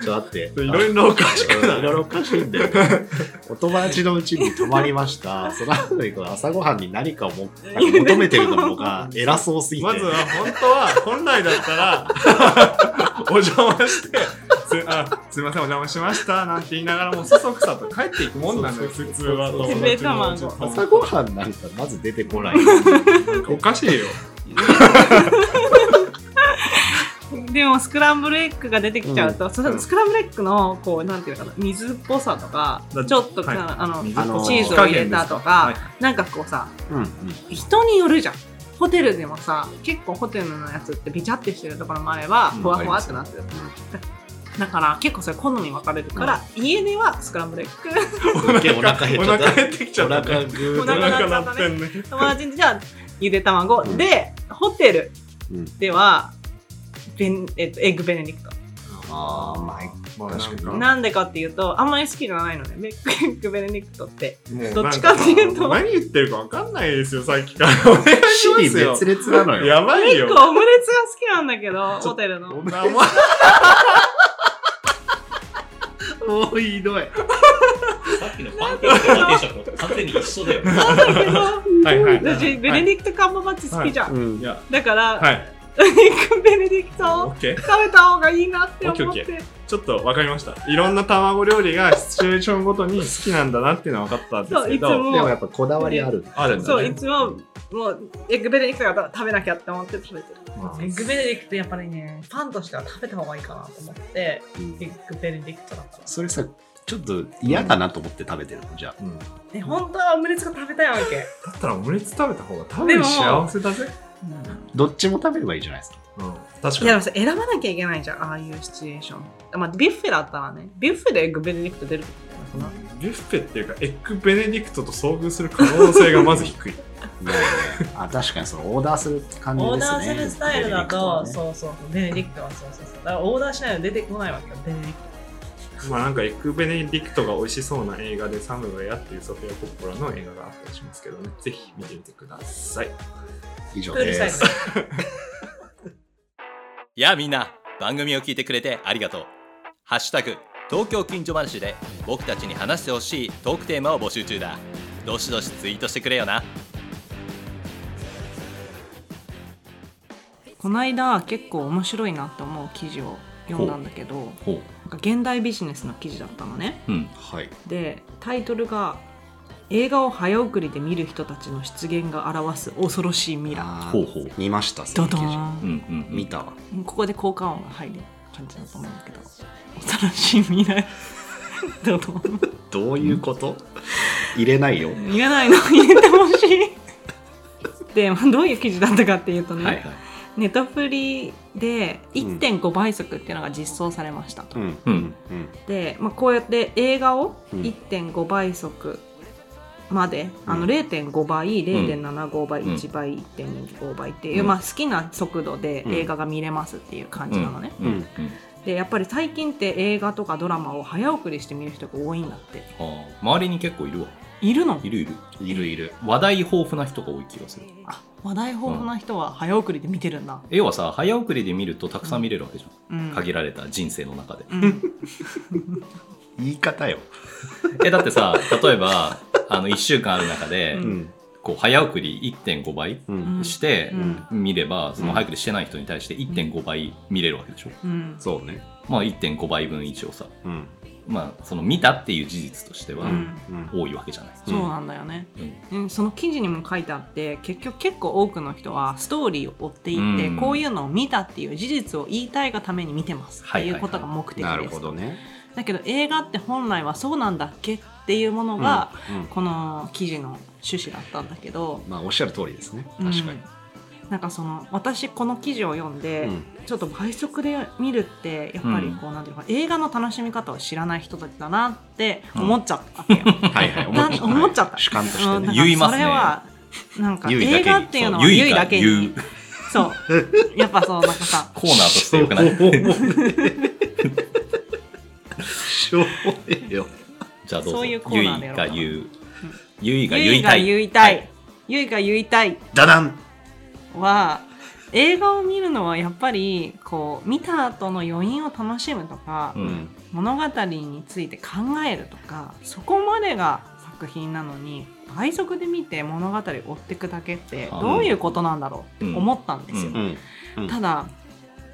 [SPEAKER 1] っと待って。
[SPEAKER 3] いろいろおかしく
[SPEAKER 1] うん
[SPEAKER 3] ない
[SPEAKER 1] いろいろおかしいんだよね。お友達のうちに泊まりま *laughs* した。その後にこの朝ごはんに何かをも *laughs* 求めてるのが偉そうすぎて。
[SPEAKER 3] *laughs* まずは本当は本来だったら *laughs* お邪魔してすあすいませんお邪魔しましたなんて言いながらもそそくさと帰っていくもんなんだよ
[SPEAKER 1] そうそう
[SPEAKER 3] 普通は
[SPEAKER 1] そう
[SPEAKER 2] そう
[SPEAKER 3] 友達の
[SPEAKER 2] ゆで卵
[SPEAKER 1] 朝ごはんなんかまず出てこ *laughs* ない。
[SPEAKER 3] なんかおかしいよ
[SPEAKER 2] でもスクランブルエッグが出てきちゃうと、そのスクランブルエッグのこうなんていうのかな水っぽさとか
[SPEAKER 3] だ
[SPEAKER 2] ちょっとか、
[SPEAKER 3] はい
[SPEAKER 2] あの
[SPEAKER 3] 水っ
[SPEAKER 1] ぽさ
[SPEAKER 2] チーズを入れたとか、
[SPEAKER 3] はい
[SPEAKER 2] なんかこうさ
[SPEAKER 1] うん
[SPEAKER 2] 人によるじゃんホテルでもさ結構ホテルのやつってべちゃってしてるところもあれば
[SPEAKER 1] うん
[SPEAKER 2] ふわふわってなってる、だから結構それ好み分かれるから、家ではスクランブルエッグ *laughs*
[SPEAKER 1] うん。お腹減っ
[SPEAKER 3] お
[SPEAKER 1] ちゃっ
[SPEAKER 3] 腹
[SPEAKER 1] た。
[SPEAKER 3] 減ってきちゃったね
[SPEAKER 1] グー
[SPEAKER 2] お
[SPEAKER 3] お
[SPEAKER 2] 腹鳴っ
[SPEAKER 3] 腹
[SPEAKER 2] ちゃ
[SPEAKER 3] 鳴
[SPEAKER 2] っ
[SPEAKER 3] った
[SPEAKER 2] ね
[SPEAKER 3] てんね
[SPEAKER 2] 友達にじゃあゆで卵、
[SPEAKER 1] うん
[SPEAKER 2] でホテル
[SPEAKER 1] うん
[SPEAKER 2] では、ベンえっと、エッグベネディクト
[SPEAKER 1] ああ、まあ、
[SPEAKER 3] まあなんか
[SPEAKER 2] なんでかっていうとあんまり好きじゃないのねベックベネディクトって
[SPEAKER 3] もう
[SPEAKER 2] どっちかっていうと
[SPEAKER 3] なんか何言ってるかわかんないですよ、さっき
[SPEAKER 2] *laughs*
[SPEAKER 3] から。お願いし
[SPEAKER 1] 死
[SPEAKER 3] ま
[SPEAKER 1] に
[SPEAKER 3] すよ
[SPEAKER 1] 滅。裂なのよ。
[SPEAKER 3] やばい
[SPEAKER 2] 結
[SPEAKER 3] よ。
[SPEAKER 2] 構オムレツが好きなんだけどホテルの
[SPEAKER 3] なもう
[SPEAKER 1] もうひどい。
[SPEAKER 5] さっきのパンケーキとワー定食と完全に一緒だよ。 *laughs*
[SPEAKER 2] なんだけど
[SPEAKER 3] はいはい
[SPEAKER 2] 私ベネディクト・カンバーバッチ好きじゃん、
[SPEAKER 1] うん
[SPEAKER 3] い。や、
[SPEAKER 2] だから、
[SPEAKER 3] はい。
[SPEAKER 2] ベネディクト
[SPEAKER 3] オ
[SPEAKER 2] を
[SPEAKER 3] ッケー。
[SPEAKER 2] 食べた方がいいなって思
[SPEAKER 3] オッ
[SPEAKER 2] っ
[SPEAKER 3] ケーオッケ
[SPEAKER 2] て
[SPEAKER 3] ちょっとわかりました。いろんな卵料理がシチュエーションごとに好きなんだなっていうのは分かったんですけ
[SPEAKER 2] そういつ
[SPEAKER 3] ど、
[SPEAKER 2] も
[SPEAKER 1] でもやっぱこだわりある。
[SPEAKER 3] あるん
[SPEAKER 2] そ
[SPEAKER 3] だ
[SPEAKER 2] うい
[SPEAKER 3] ね。
[SPEAKER 2] つももうエッグベネディクトが食べなきゃって思って食べてる
[SPEAKER 3] ま
[SPEAKER 4] エッグベネディクトやっぱりね、パンとしては食べた方がいいかなと思って、エッグベネディクトだった。
[SPEAKER 1] それさ、ちょっと嫌だなと思って食べてるのじゃあ。
[SPEAKER 3] あうん
[SPEAKER 4] ね、本当はオムレツが食べたいわけ。
[SPEAKER 3] だったらオムレツ食べた方が多分幸せだぜ。
[SPEAKER 1] どっちも食べればいいじゃないですか。
[SPEAKER 3] うん。確
[SPEAKER 2] い
[SPEAKER 3] か
[SPEAKER 2] やで
[SPEAKER 3] に。
[SPEAKER 2] もさ選ばなきゃいけないじゃんああいうシチュエーションまあビュッフェだったらねビュッフェでエッグベネディクト出ることなくない
[SPEAKER 3] ビュッフェっていうか、エッグベネディクトと遭遇する可能性がまず低い。
[SPEAKER 1] ねあ確かにそのオーダーする感じで
[SPEAKER 4] オ
[SPEAKER 1] すね。
[SPEAKER 4] ーダーするスタイルだと、
[SPEAKER 1] ね
[SPEAKER 4] そうそうそう、ベネディクトはそうそうそう。だからオーダーしないと出てこないわけよ、ベネディク
[SPEAKER 3] まあなんかエッグベネディクトが美味しそうな映画でサムウェアっていうソフィア・コッポラの映画があったりしますけどね、ぜひ見てみてください。
[SPEAKER 1] 以上
[SPEAKER 4] ト。うるさい
[SPEAKER 1] で
[SPEAKER 4] ね
[SPEAKER 1] す。
[SPEAKER 5] やあみんな番組を聞いてくれてありがとう「ハッシュタグ東京近所話」で僕たちに話してほしいトークテーマを募集中だどしどしツイートしてくれよな
[SPEAKER 2] この間結構面白いなって思う記事を読んだんだけど
[SPEAKER 1] ほう。
[SPEAKER 2] なんか現代ビジネスの記事だったのね
[SPEAKER 5] うん
[SPEAKER 1] はい。
[SPEAKER 2] でタイトルが「映画を早送りで見る人たちの出現が表す恐ろしい未来
[SPEAKER 1] あー
[SPEAKER 5] ほうほう
[SPEAKER 1] 見ました。」
[SPEAKER 2] ドド
[SPEAKER 1] その記事
[SPEAKER 2] ーン
[SPEAKER 5] んうん
[SPEAKER 1] 見たわ。
[SPEAKER 2] ここで効果音が入る感じだと思うんだけど恐ろしい未来 *laughs* ドドーン
[SPEAKER 1] どういうこと入れないよ。
[SPEAKER 2] 言えないの入れてほしいで、まあ、どういう記事だったかっていうとね、
[SPEAKER 1] はい。
[SPEAKER 2] ネットフリで1.5倍速っていうのが実装されましたと、
[SPEAKER 1] うん。
[SPEAKER 5] うん
[SPEAKER 1] うん。
[SPEAKER 2] で、まあ、こうやって映画を
[SPEAKER 1] うん
[SPEAKER 2] 1.5倍速まで、あ
[SPEAKER 1] う
[SPEAKER 2] の
[SPEAKER 1] ん
[SPEAKER 2] 0.5倍、0.75倍、
[SPEAKER 5] うん
[SPEAKER 2] 1倍、1.25倍っていう、
[SPEAKER 5] うん
[SPEAKER 2] まあ、好きな速度で
[SPEAKER 1] うん
[SPEAKER 2] 映画が見れますっていう感じなのね、
[SPEAKER 1] うんうん
[SPEAKER 2] でやっぱり最近って映画とかドラマを早送りして見る人が多いんだって
[SPEAKER 5] 周りに結構いるわ
[SPEAKER 2] いるの
[SPEAKER 5] いるいる
[SPEAKER 1] いるいる。
[SPEAKER 5] 話題豊富な人が多い気がする
[SPEAKER 2] あ話題豊富な人は早送りで見てるんだ、
[SPEAKER 5] 要はさ早送りで見るとたくさん見れるわけじゃ
[SPEAKER 2] うん
[SPEAKER 5] ん限られた人生の中で
[SPEAKER 2] うん
[SPEAKER 1] 言い方よ。
[SPEAKER 5] えだって
[SPEAKER 2] *laughs*
[SPEAKER 5] さ例えばあの1週間ある中で、
[SPEAKER 2] う
[SPEAKER 1] うん。
[SPEAKER 5] こう早送り1.5倍
[SPEAKER 1] うん。
[SPEAKER 5] して
[SPEAKER 2] うん
[SPEAKER 5] 見れば、その早送りしてない人に対して1.5倍見れるわけでしょ、
[SPEAKER 2] うん
[SPEAKER 1] そうね。
[SPEAKER 5] まあ、1.5倍分以上さ、
[SPEAKER 1] うん。
[SPEAKER 5] まあ、その見たっていう事実としては
[SPEAKER 2] うん
[SPEAKER 1] うん。
[SPEAKER 5] 多いわけじゃない、
[SPEAKER 2] そうなんだよね、
[SPEAKER 5] う
[SPEAKER 2] うんその記事にも書いてあって結局結構多くの人はストーリーを追っていって、
[SPEAKER 5] うん
[SPEAKER 2] こういうのを見たっていう事実を言いたいがために見てますって
[SPEAKER 5] はい
[SPEAKER 2] い
[SPEAKER 5] は
[SPEAKER 2] う
[SPEAKER 5] いはい
[SPEAKER 2] ことが目的です、
[SPEAKER 1] なるほどね。
[SPEAKER 2] だけど映画って本来はそうなんだっけっていうものが、
[SPEAKER 1] うん、
[SPEAKER 2] この記事の趣旨だったんだけど
[SPEAKER 1] まあおっしゃる通りですね。確かに。
[SPEAKER 2] うんなんかその私この記事を読んで、
[SPEAKER 1] うん
[SPEAKER 2] ちょっと倍速で見るってやっぱりこう、なんていうのか映画の楽しみ方を知らない人たちだなって思っちゃったわけよ、
[SPEAKER 1] はいはい。
[SPEAKER 2] なん思っちゃった
[SPEAKER 1] はい主観と
[SPEAKER 2] う
[SPEAKER 1] し
[SPEAKER 2] ん
[SPEAKER 1] て
[SPEAKER 2] なん
[SPEAKER 1] ね。
[SPEAKER 2] か
[SPEAKER 5] 言いますね
[SPEAKER 2] それはなんか
[SPEAKER 1] 言いだけ
[SPEAKER 2] 映
[SPEAKER 1] に
[SPEAKER 2] 画っていうのは
[SPEAKER 5] そう
[SPEAKER 2] 言いだけに
[SPEAKER 5] 言いが
[SPEAKER 2] そうやっぱそうなんかさ
[SPEAKER 5] コーナーとしてよくない
[SPEAKER 1] しょうもねえよ。
[SPEAKER 5] じゃあどうぞ
[SPEAKER 2] そういうコーナーでやろうかな
[SPEAKER 5] ゆいが言うゆ
[SPEAKER 2] ゆい
[SPEAKER 5] いが言いた
[SPEAKER 2] が
[SPEAKER 5] い
[SPEAKER 2] 言いたいゆいが言いたい
[SPEAKER 1] ダダン
[SPEAKER 2] は映画を見るのはやっぱりこう見た後の余韻を楽しむとか、
[SPEAKER 5] うん
[SPEAKER 2] 物語について考えるとかそこまでが作品なのに倍速で見て物語を追っていくだけって
[SPEAKER 5] あ
[SPEAKER 2] どういうことなんだろうって思ったんですよ、
[SPEAKER 5] うん
[SPEAKER 1] うん。うん
[SPEAKER 2] ただ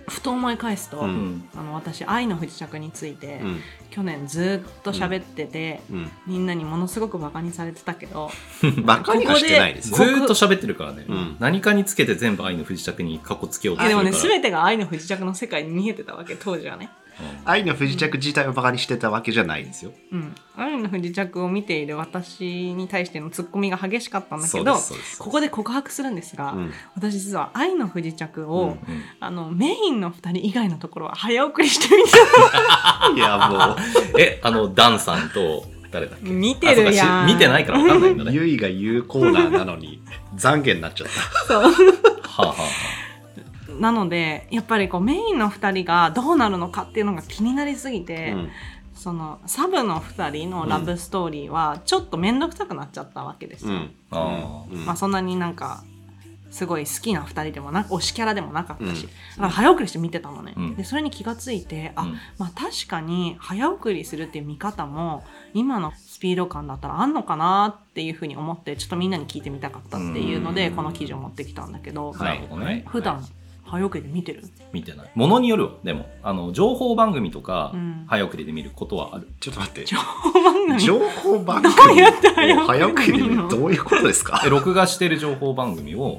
[SPEAKER 2] ふと思い返すと、
[SPEAKER 1] う
[SPEAKER 5] うんん
[SPEAKER 2] あの私「愛の不時着」について、
[SPEAKER 1] うん。
[SPEAKER 2] 去年ずっと喋ってて、
[SPEAKER 1] うん。
[SPEAKER 2] みんなにものすごくバカにされてたけど
[SPEAKER 1] *laughs* バカにはしてないです
[SPEAKER 5] ず
[SPEAKER 1] よ。
[SPEAKER 5] ーっと喋ってるからね、
[SPEAKER 1] うん
[SPEAKER 5] 何かにつけて全部愛の不時着に過去つけようと
[SPEAKER 2] あ
[SPEAKER 5] す
[SPEAKER 2] で
[SPEAKER 5] るか
[SPEAKER 2] も
[SPEAKER 5] ら
[SPEAKER 2] ね全てが愛の不時着の世界に見えてたわけ当時はね、
[SPEAKER 1] 愛の不時着自体をバカにしてたわけじゃないですよ。
[SPEAKER 2] うん、愛の不時着を見ている私に対してのツッコミが激しかったんだ
[SPEAKER 1] そ
[SPEAKER 2] け
[SPEAKER 1] うで
[SPEAKER 2] ど
[SPEAKER 1] す、そうです。
[SPEAKER 2] ここで告白するんですが、
[SPEAKER 1] うん
[SPEAKER 2] 私実は愛の不時着を、
[SPEAKER 1] うん
[SPEAKER 5] うんうん
[SPEAKER 2] あのメインの2人以外のところは早送りしてみた
[SPEAKER 1] いや
[SPEAKER 5] えあのダンさんと誰だっけ
[SPEAKER 2] 見てるや
[SPEAKER 5] あ
[SPEAKER 2] ん
[SPEAKER 5] そうかし見てないから分かんないんだ
[SPEAKER 1] もう、
[SPEAKER 2] *laughs*
[SPEAKER 5] ね
[SPEAKER 1] ゆい
[SPEAKER 5] *laughs*
[SPEAKER 1] が言うコーナーなのに、懺悔になっちゃった。
[SPEAKER 2] そう
[SPEAKER 5] はあ、はあは
[SPEAKER 2] なのでやっぱりこうメインの2人がどうなるのかっていうのが気になりすぎて、
[SPEAKER 1] うん
[SPEAKER 2] そのサブの2人のラブストーリーはちょっと面倒くさくなっちゃったわけです
[SPEAKER 1] う
[SPEAKER 2] よ。
[SPEAKER 1] ん
[SPEAKER 5] あー
[SPEAKER 1] うん
[SPEAKER 2] まあ、そんなになんかすごい好きな2人でもなく推しキャラでもなかったし、
[SPEAKER 1] うん
[SPEAKER 2] だから早送りして見てたのね、
[SPEAKER 5] うん
[SPEAKER 2] でそれに気がついてあ、
[SPEAKER 5] うん
[SPEAKER 2] まあ、確かに早送りするっていう見方も今のスピード感だったらあんのかなっていうふうに思ってちょっとみんなに聞いてみたかったっていうので
[SPEAKER 5] うん
[SPEAKER 2] この記事を持ってきたんだけど、
[SPEAKER 5] なるほどね
[SPEAKER 2] 普段早送りで見てる、
[SPEAKER 5] 見てないものによるわでもあの情報番組とか
[SPEAKER 2] うん
[SPEAKER 5] 早送りで見ることはある
[SPEAKER 1] ちょっと待って。
[SPEAKER 2] 番組
[SPEAKER 1] 情報番組
[SPEAKER 2] うやって早送り見るの
[SPEAKER 1] を早送りで見るどういうことですか
[SPEAKER 5] え録画してる情報番組を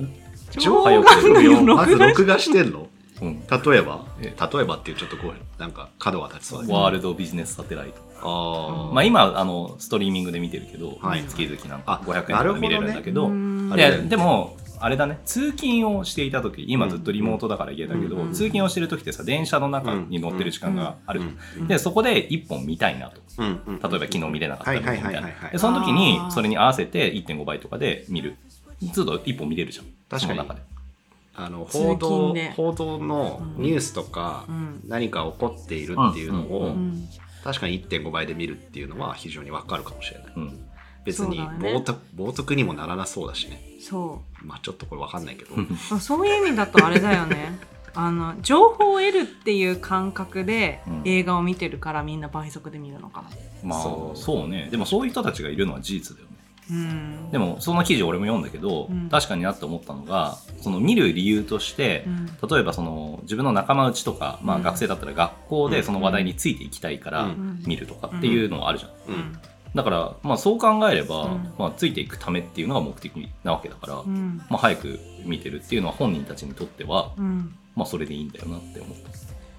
[SPEAKER 2] 情
[SPEAKER 5] 早
[SPEAKER 2] 報
[SPEAKER 5] 送りで見
[SPEAKER 2] 録
[SPEAKER 5] る
[SPEAKER 2] 画
[SPEAKER 1] ま
[SPEAKER 2] *laughs*
[SPEAKER 1] ず録画してんの
[SPEAKER 5] うん
[SPEAKER 1] 例えば
[SPEAKER 5] え
[SPEAKER 1] 例えばっていうちょっとこうなんか角が立ちそうだけど
[SPEAKER 5] ワールドビジネスサテライト
[SPEAKER 1] あー、
[SPEAKER 5] まあ、今あのストリーミングで見てるけど、
[SPEAKER 1] はい
[SPEAKER 5] 月々なん
[SPEAKER 1] あ
[SPEAKER 5] か500円とかで見れるんだけど
[SPEAKER 2] うん
[SPEAKER 1] あ
[SPEAKER 5] い
[SPEAKER 1] れ
[SPEAKER 5] や
[SPEAKER 1] だよね
[SPEAKER 5] でもあれだね通勤をしていた時今ずっとリモートだから家だけど、
[SPEAKER 2] うん
[SPEAKER 5] 通勤をしてる時ってさ電車の中に乗ってる時間がある、
[SPEAKER 2] うん
[SPEAKER 5] でそこで1本見たいなと
[SPEAKER 1] うんうん
[SPEAKER 5] 例えば昨日見れなかったみたい
[SPEAKER 1] はいはいはいは
[SPEAKER 5] な
[SPEAKER 1] いはい
[SPEAKER 5] でその時に
[SPEAKER 2] あー
[SPEAKER 5] それに合わせて1.5倍とかで見るずっと1本見れるじゃん
[SPEAKER 1] 確かに
[SPEAKER 5] その中で
[SPEAKER 1] あの
[SPEAKER 2] 通
[SPEAKER 1] 報
[SPEAKER 2] 勤
[SPEAKER 1] 道
[SPEAKER 2] で
[SPEAKER 1] 報道のニュースとか、
[SPEAKER 2] うん
[SPEAKER 1] 何か起こっているっていうのを、
[SPEAKER 5] う
[SPEAKER 2] う
[SPEAKER 5] ん
[SPEAKER 2] ん
[SPEAKER 1] 確かに1.5倍で見るっていうのは非常にわかるかもしれない
[SPEAKER 5] うん
[SPEAKER 1] 別に
[SPEAKER 2] そうだ
[SPEAKER 1] 冒
[SPEAKER 2] ね
[SPEAKER 1] 涜,、冒涜にもならなそうだしね
[SPEAKER 2] そう
[SPEAKER 1] まあちょっとこれわかんないけど、
[SPEAKER 2] まあそういう意味だとあれだよね *laughs* あの情報を得るっていう感覚で
[SPEAKER 5] うん
[SPEAKER 2] 映画を見てるからみんな倍速で見るのかな、
[SPEAKER 5] まあ
[SPEAKER 1] そ
[SPEAKER 5] そううねでもそういう人たちがいるのは事実だよね
[SPEAKER 2] うん、
[SPEAKER 5] で
[SPEAKER 2] も、
[SPEAKER 5] もその記事俺も読んだけど、
[SPEAKER 2] うん
[SPEAKER 5] 確かになって思ったのがその見る理由として、例えばその自分の仲間内とか、ま
[SPEAKER 2] う
[SPEAKER 5] あ、
[SPEAKER 2] ん
[SPEAKER 5] 学生だったら学校
[SPEAKER 1] うん
[SPEAKER 5] でその話題についていきたいから
[SPEAKER 1] うん
[SPEAKER 5] 見るとかっていうのはあるじゃん、
[SPEAKER 1] うん
[SPEAKER 5] だから、まあ、そう考えれば、
[SPEAKER 2] うん
[SPEAKER 5] まあ、ついていくためっていうのが目的なわけだから、
[SPEAKER 2] うんうん
[SPEAKER 5] まあ、早く見てるっていうのは本人たちにとっては、
[SPEAKER 2] うん
[SPEAKER 5] まあ、それでいいんだよなって思った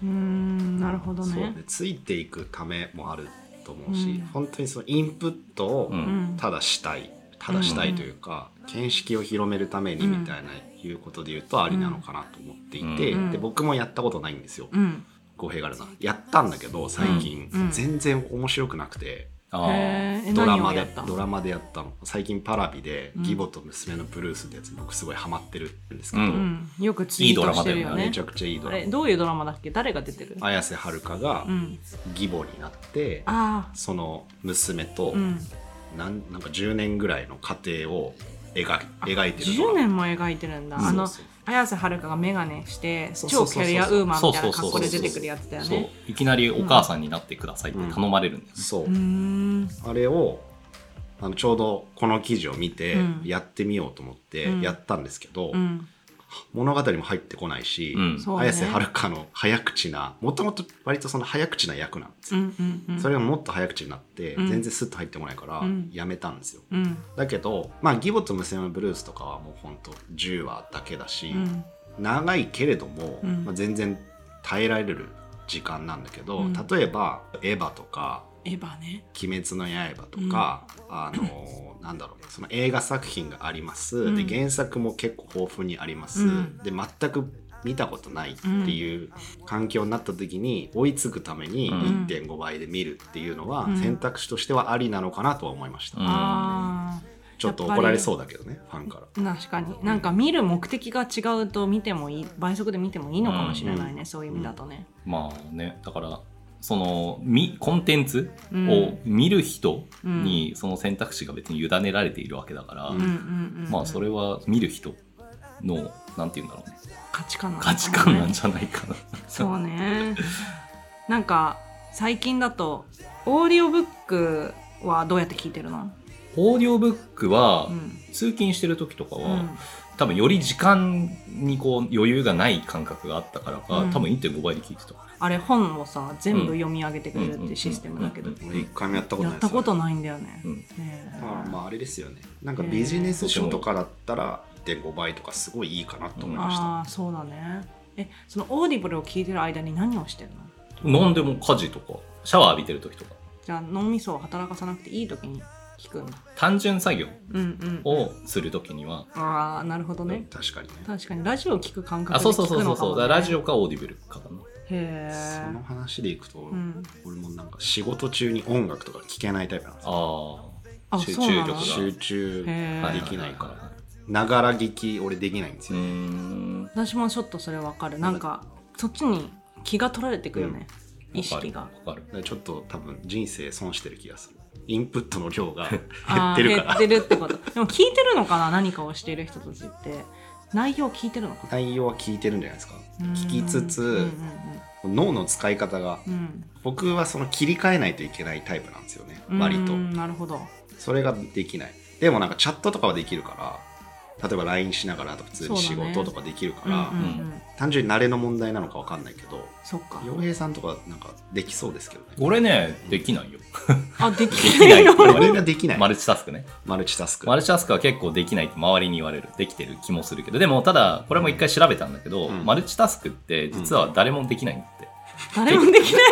[SPEAKER 2] うんなるほど
[SPEAKER 1] そう
[SPEAKER 2] ね
[SPEAKER 1] ねついていくためもあると思うし、
[SPEAKER 2] うん
[SPEAKER 1] 本当にそのインプットを
[SPEAKER 5] うん
[SPEAKER 1] ただしたい、ただしたいというか、見識を広めるためにみたいな、いうことで言うとありなのかなと思っていて、
[SPEAKER 2] うん
[SPEAKER 1] で僕もやったことないんですよ
[SPEAKER 2] うん
[SPEAKER 1] 語弊があるなやったんだけど最近、
[SPEAKER 2] うんうん
[SPEAKER 1] 全然面白くなくて。
[SPEAKER 5] あー
[SPEAKER 2] へーえ
[SPEAKER 1] ドラ
[SPEAKER 2] 何を
[SPEAKER 1] マ
[SPEAKER 2] や
[SPEAKER 1] で
[SPEAKER 2] った
[SPEAKER 1] ドラマでやったの最近パラビで「
[SPEAKER 2] うん
[SPEAKER 1] 義母と娘のブルース」ってやつ僕すごいハマってるんですけど、
[SPEAKER 5] うん
[SPEAKER 2] うん、よくツイートしてるよね
[SPEAKER 1] めちゃくちゃいいド
[SPEAKER 2] あ
[SPEAKER 1] ラ
[SPEAKER 2] れどういうドラマだっけ誰が出てる
[SPEAKER 1] マ綾瀬はるかが
[SPEAKER 2] うん、
[SPEAKER 1] 義母になって、
[SPEAKER 2] あ
[SPEAKER 1] その娘と
[SPEAKER 2] あ、うん、
[SPEAKER 1] なんなんか10年ぐらいの過程を描い描いてるド
[SPEAKER 2] 10
[SPEAKER 1] ラマ
[SPEAKER 2] 年も描いてるんだ、
[SPEAKER 1] そう
[SPEAKER 2] あの
[SPEAKER 1] そう
[SPEAKER 2] 綾瀬はるかが眼鏡して
[SPEAKER 1] そうそうそう
[SPEAKER 2] 超キ
[SPEAKER 1] そう
[SPEAKER 2] ャリアウーマンみたいな格好で出てくるやつだよ
[SPEAKER 5] そう
[SPEAKER 2] ね
[SPEAKER 5] いきなりお母さんになってくださいって頼まれるんだよね、
[SPEAKER 1] そう
[SPEAKER 2] うーん
[SPEAKER 1] あれをあのちょうどこの記事を見て
[SPEAKER 2] うん
[SPEAKER 1] やってみようと思って
[SPEAKER 2] うん
[SPEAKER 1] やったんですけど、
[SPEAKER 2] うん
[SPEAKER 1] 物語も入ってこないし、
[SPEAKER 5] うん
[SPEAKER 2] そうね
[SPEAKER 1] 綾瀬はるかの早口なもともと割とその早口な役なんですよ
[SPEAKER 2] う、んうんうん
[SPEAKER 1] それがもっと早口になって、
[SPEAKER 2] うん
[SPEAKER 1] 全然スッと入ってこないから
[SPEAKER 2] うん
[SPEAKER 1] やめたんですよ、
[SPEAKER 2] うん
[SPEAKER 1] だけどまあ「義母と娘のブルース」とかはもうほんと10話だけだし、
[SPEAKER 2] うん
[SPEAKER 1] 長いけれども、
[SPEAKER 2] うん
[SPEAKER 1] まあ、全然耐えられる時間なんだけど、
[SPEAKER 2] うん
[SPEAKER 1] 例えば「エヴァ」とか
[SPEAKER 2] エヴァね
[SPEAKER 1] 「鬼滅の刃」とか、あのーなんだろうその映画作品があります、
[SPEAKER 2] う
[SPEAKER 1] で
[SPEAKER 2] ん
[SPEAKER 1] 原作も結構豊富にあります、
[SPEAKER 2] うん
[SPEAKER 1] で全く見たことないっていう環境になった時に追いつくために
[SPEAKER 5] うん
[SPEAKER 1] 1.5倍で見るっていうのは
[SPEAKER 2] うん
[SPEAKER 1] 選択肢としてはありなのかなとは思いました、
[SPEAKER 5] うん
[SPEAKER 2] あ
[SPEAKER 1] ちょっと怒られそうだけどねファンから。
[SPEAKER 2] あ確かになんか見る目的が違うと見てもいい倍速で見てもいいのかもしれないね、
[SPEAKER 1] うん
[SPEAKER 2] そういう意味だとね、
[SPEAKER 5] まあねだからそのみコンテンツ
[SPEAKER 2] うん
[SPEAKER 5] を見る人にその選択肢が別に委ねられているわけだから、
[SPEAKER 1] うん
[SPEAKER 2] うんうんうん、
[SPEAKER 5] まあそれは見る人のなんて言うんだろうね
[SPEAKER 2] 価値観なんだ
[SPEAKER 5] 価
[SPEAKER 2] ね
[SPEAKER 5] 値観なんじゃないかな。
[SPEAKER 2] そうねなんか最近だとオーディオブックはどうやって聞いてるの、
[SPEAKER 5] オーディオブックは
[SPEAKER 2] うん
[SPEAKER 5] 通勤してる時とかは、
[SPEAKER 2] うん
[SPEAKER 5] 多分より時間にこう余裕がない感覚があったからか、
[SPEAKER 2] うん
[SPEAKER 5] 多分1.5倍で聞いてた。
[SPEAKER 2] あれ本をさ全部読み上げてくれるってシステムだけど
[SPEAKER 5] うんうん
[SPEAKER 1] 俺一回もやったこと
[SPEAKER 2] や
[SPEAKER 1] ない
[SPEAKER 2] っ
[SPEAKER 1] です
[SPEAKER 2] た
[SPEAKER 1] よ
[SPEAKER 2] ことないんだよね,、
[SPEAKER 5] うん
[SPEAKER 2] ねえ
[SPEAKER 1] まあ、まああれですよねなんかビジネス書とかだったら1.5倍とかすごいいいかなと思いました、
[SPEAKER 2] ああーそうだねえそのオーディブルを聞いてる間に何をしてるの
[SPEAKER 5] なんでも家事とかシャワー浴びてる時とか
[SPEAKER 2] じゃあ脳みそを働かさなくていい時に聞くんだ
[SPEAKER 5] 単純作業
[SPEAKER 2] うんうん
[SPEAKER 5] をする時には、
[SPEAKER 2] ああなるほどね
[SPEAKER 1] 確かにね
[SPEAKER 2] 確かにラジオを聞く感覚
[SPEAKER 5] あ
[SPEAKER 2] で
[SPEAKER 5] そう
[SPEAKER 2] 聞
[SPEAKER 5] そ
[SPEAKER 2] く
[SPEAKER 5] うそうそ
[SPEAKER 2] の
[SPEAKER 5] う
[SPEAKER 2] か
[SPEAKER 5] そう
[SPEAKER 2] も、
[SPEAKER 5] だ
[SPEAKER 2] ね、
[SPEAKER 5] からラジオかオーディブルかだな。
[SPEAKER 2] へ
[SPEAKER 1] その
[SPEAKER 2] え
[SPEAKER 1] 話でいくと、
[SPEAKER 2] うん、
[SPEAKER 1] 俺もなんか仕事中に音楽とか聴けないタイプなんですよ
[SPEAKER 5] ああ
[SPEAKER 2] あ
[SPEAKER 5] 集
[SPEAKER 2] そうなの
[SPEAKER 5] 中力が
[SPEAKER 1] 集中
[SPEAKER 2] へー
[SPEAKER 1] できないから
[SPEAKER 5] ら
[SPEAKER 1] ながら聞き俺できないんです
[SPEAKER 5] う
[SPEAKER 1] よ、
[SPEAKER 5] ん
[SPEAKER 2] 私もちょっとそれわかるなんかそっちに気が取られてくよね、意識が
[SPEAKER 5] わかる
[SPEAKER 1] だからちょっと多分人生損してる気がするインプットの *laughs* 量が減
[SPEAKER 2] あ
[SPEAKER 1] っ
[SPEAKER 2] ー
[SPEAKER 1] てるから
[SPEAKER 2] 減ってるってことでも聞いてるのかな何かをしている人たちって内容聞いてるのか
[SPEAKER 1] 内容は聞いてるんじゃないですか
[SPEAKER 2] な
[SPEAKER 1] 聞きつつ
[SPEAKER 2] うん
[SPEAKER 1] 脳の使い方が
[SPEAKER 2] うんうん
[SPEAKER 1] 僕はその切り替えないといけないタイプなんですよね
[SPEAKER 2] うん
[SPEAKER 1] 割と
[SPEAKER 2] うんなるほど
[SPEAKER 1] それができないでもなんかチャットとかはできるから例えば LINE しながらとか普通に仕
[SPEAKER 2] そうだね
[SPEAKER 1] 事とかできるか
[SPEAKER 2] うんうん
[SPEAKER 1] ら、
[SPEAKER 2] うん
[SPEAKER 1] 単純に慣れの問題なのかわかんないけど
[SPEAKER 2] そっか
[SPEAKER 1] 洋平さんとかなんかできそうですけどね
[SPEAKER 5] 俺ねできないよ
[SPEAKER 2] あでき
[SPEAKER 5] できないよ
[SPEAKER 1] 俺ができない
[SPEAKER 5] マ
[SPEAKER 1] マ
[SPEAKER 5] ルチタスクね
[SPEAKER 1] ルチタスク
[SPEAKER 5] マルチタスクは結構できないって周りに言われるできてる気もするけどでもただこれも一回調べたんだけど、
[SPEAKER 1] うん
[SPEAKER 5] マルチタスクって実は誰もできないんだって、
[SPEAKER 2] *laughs* 誰もできない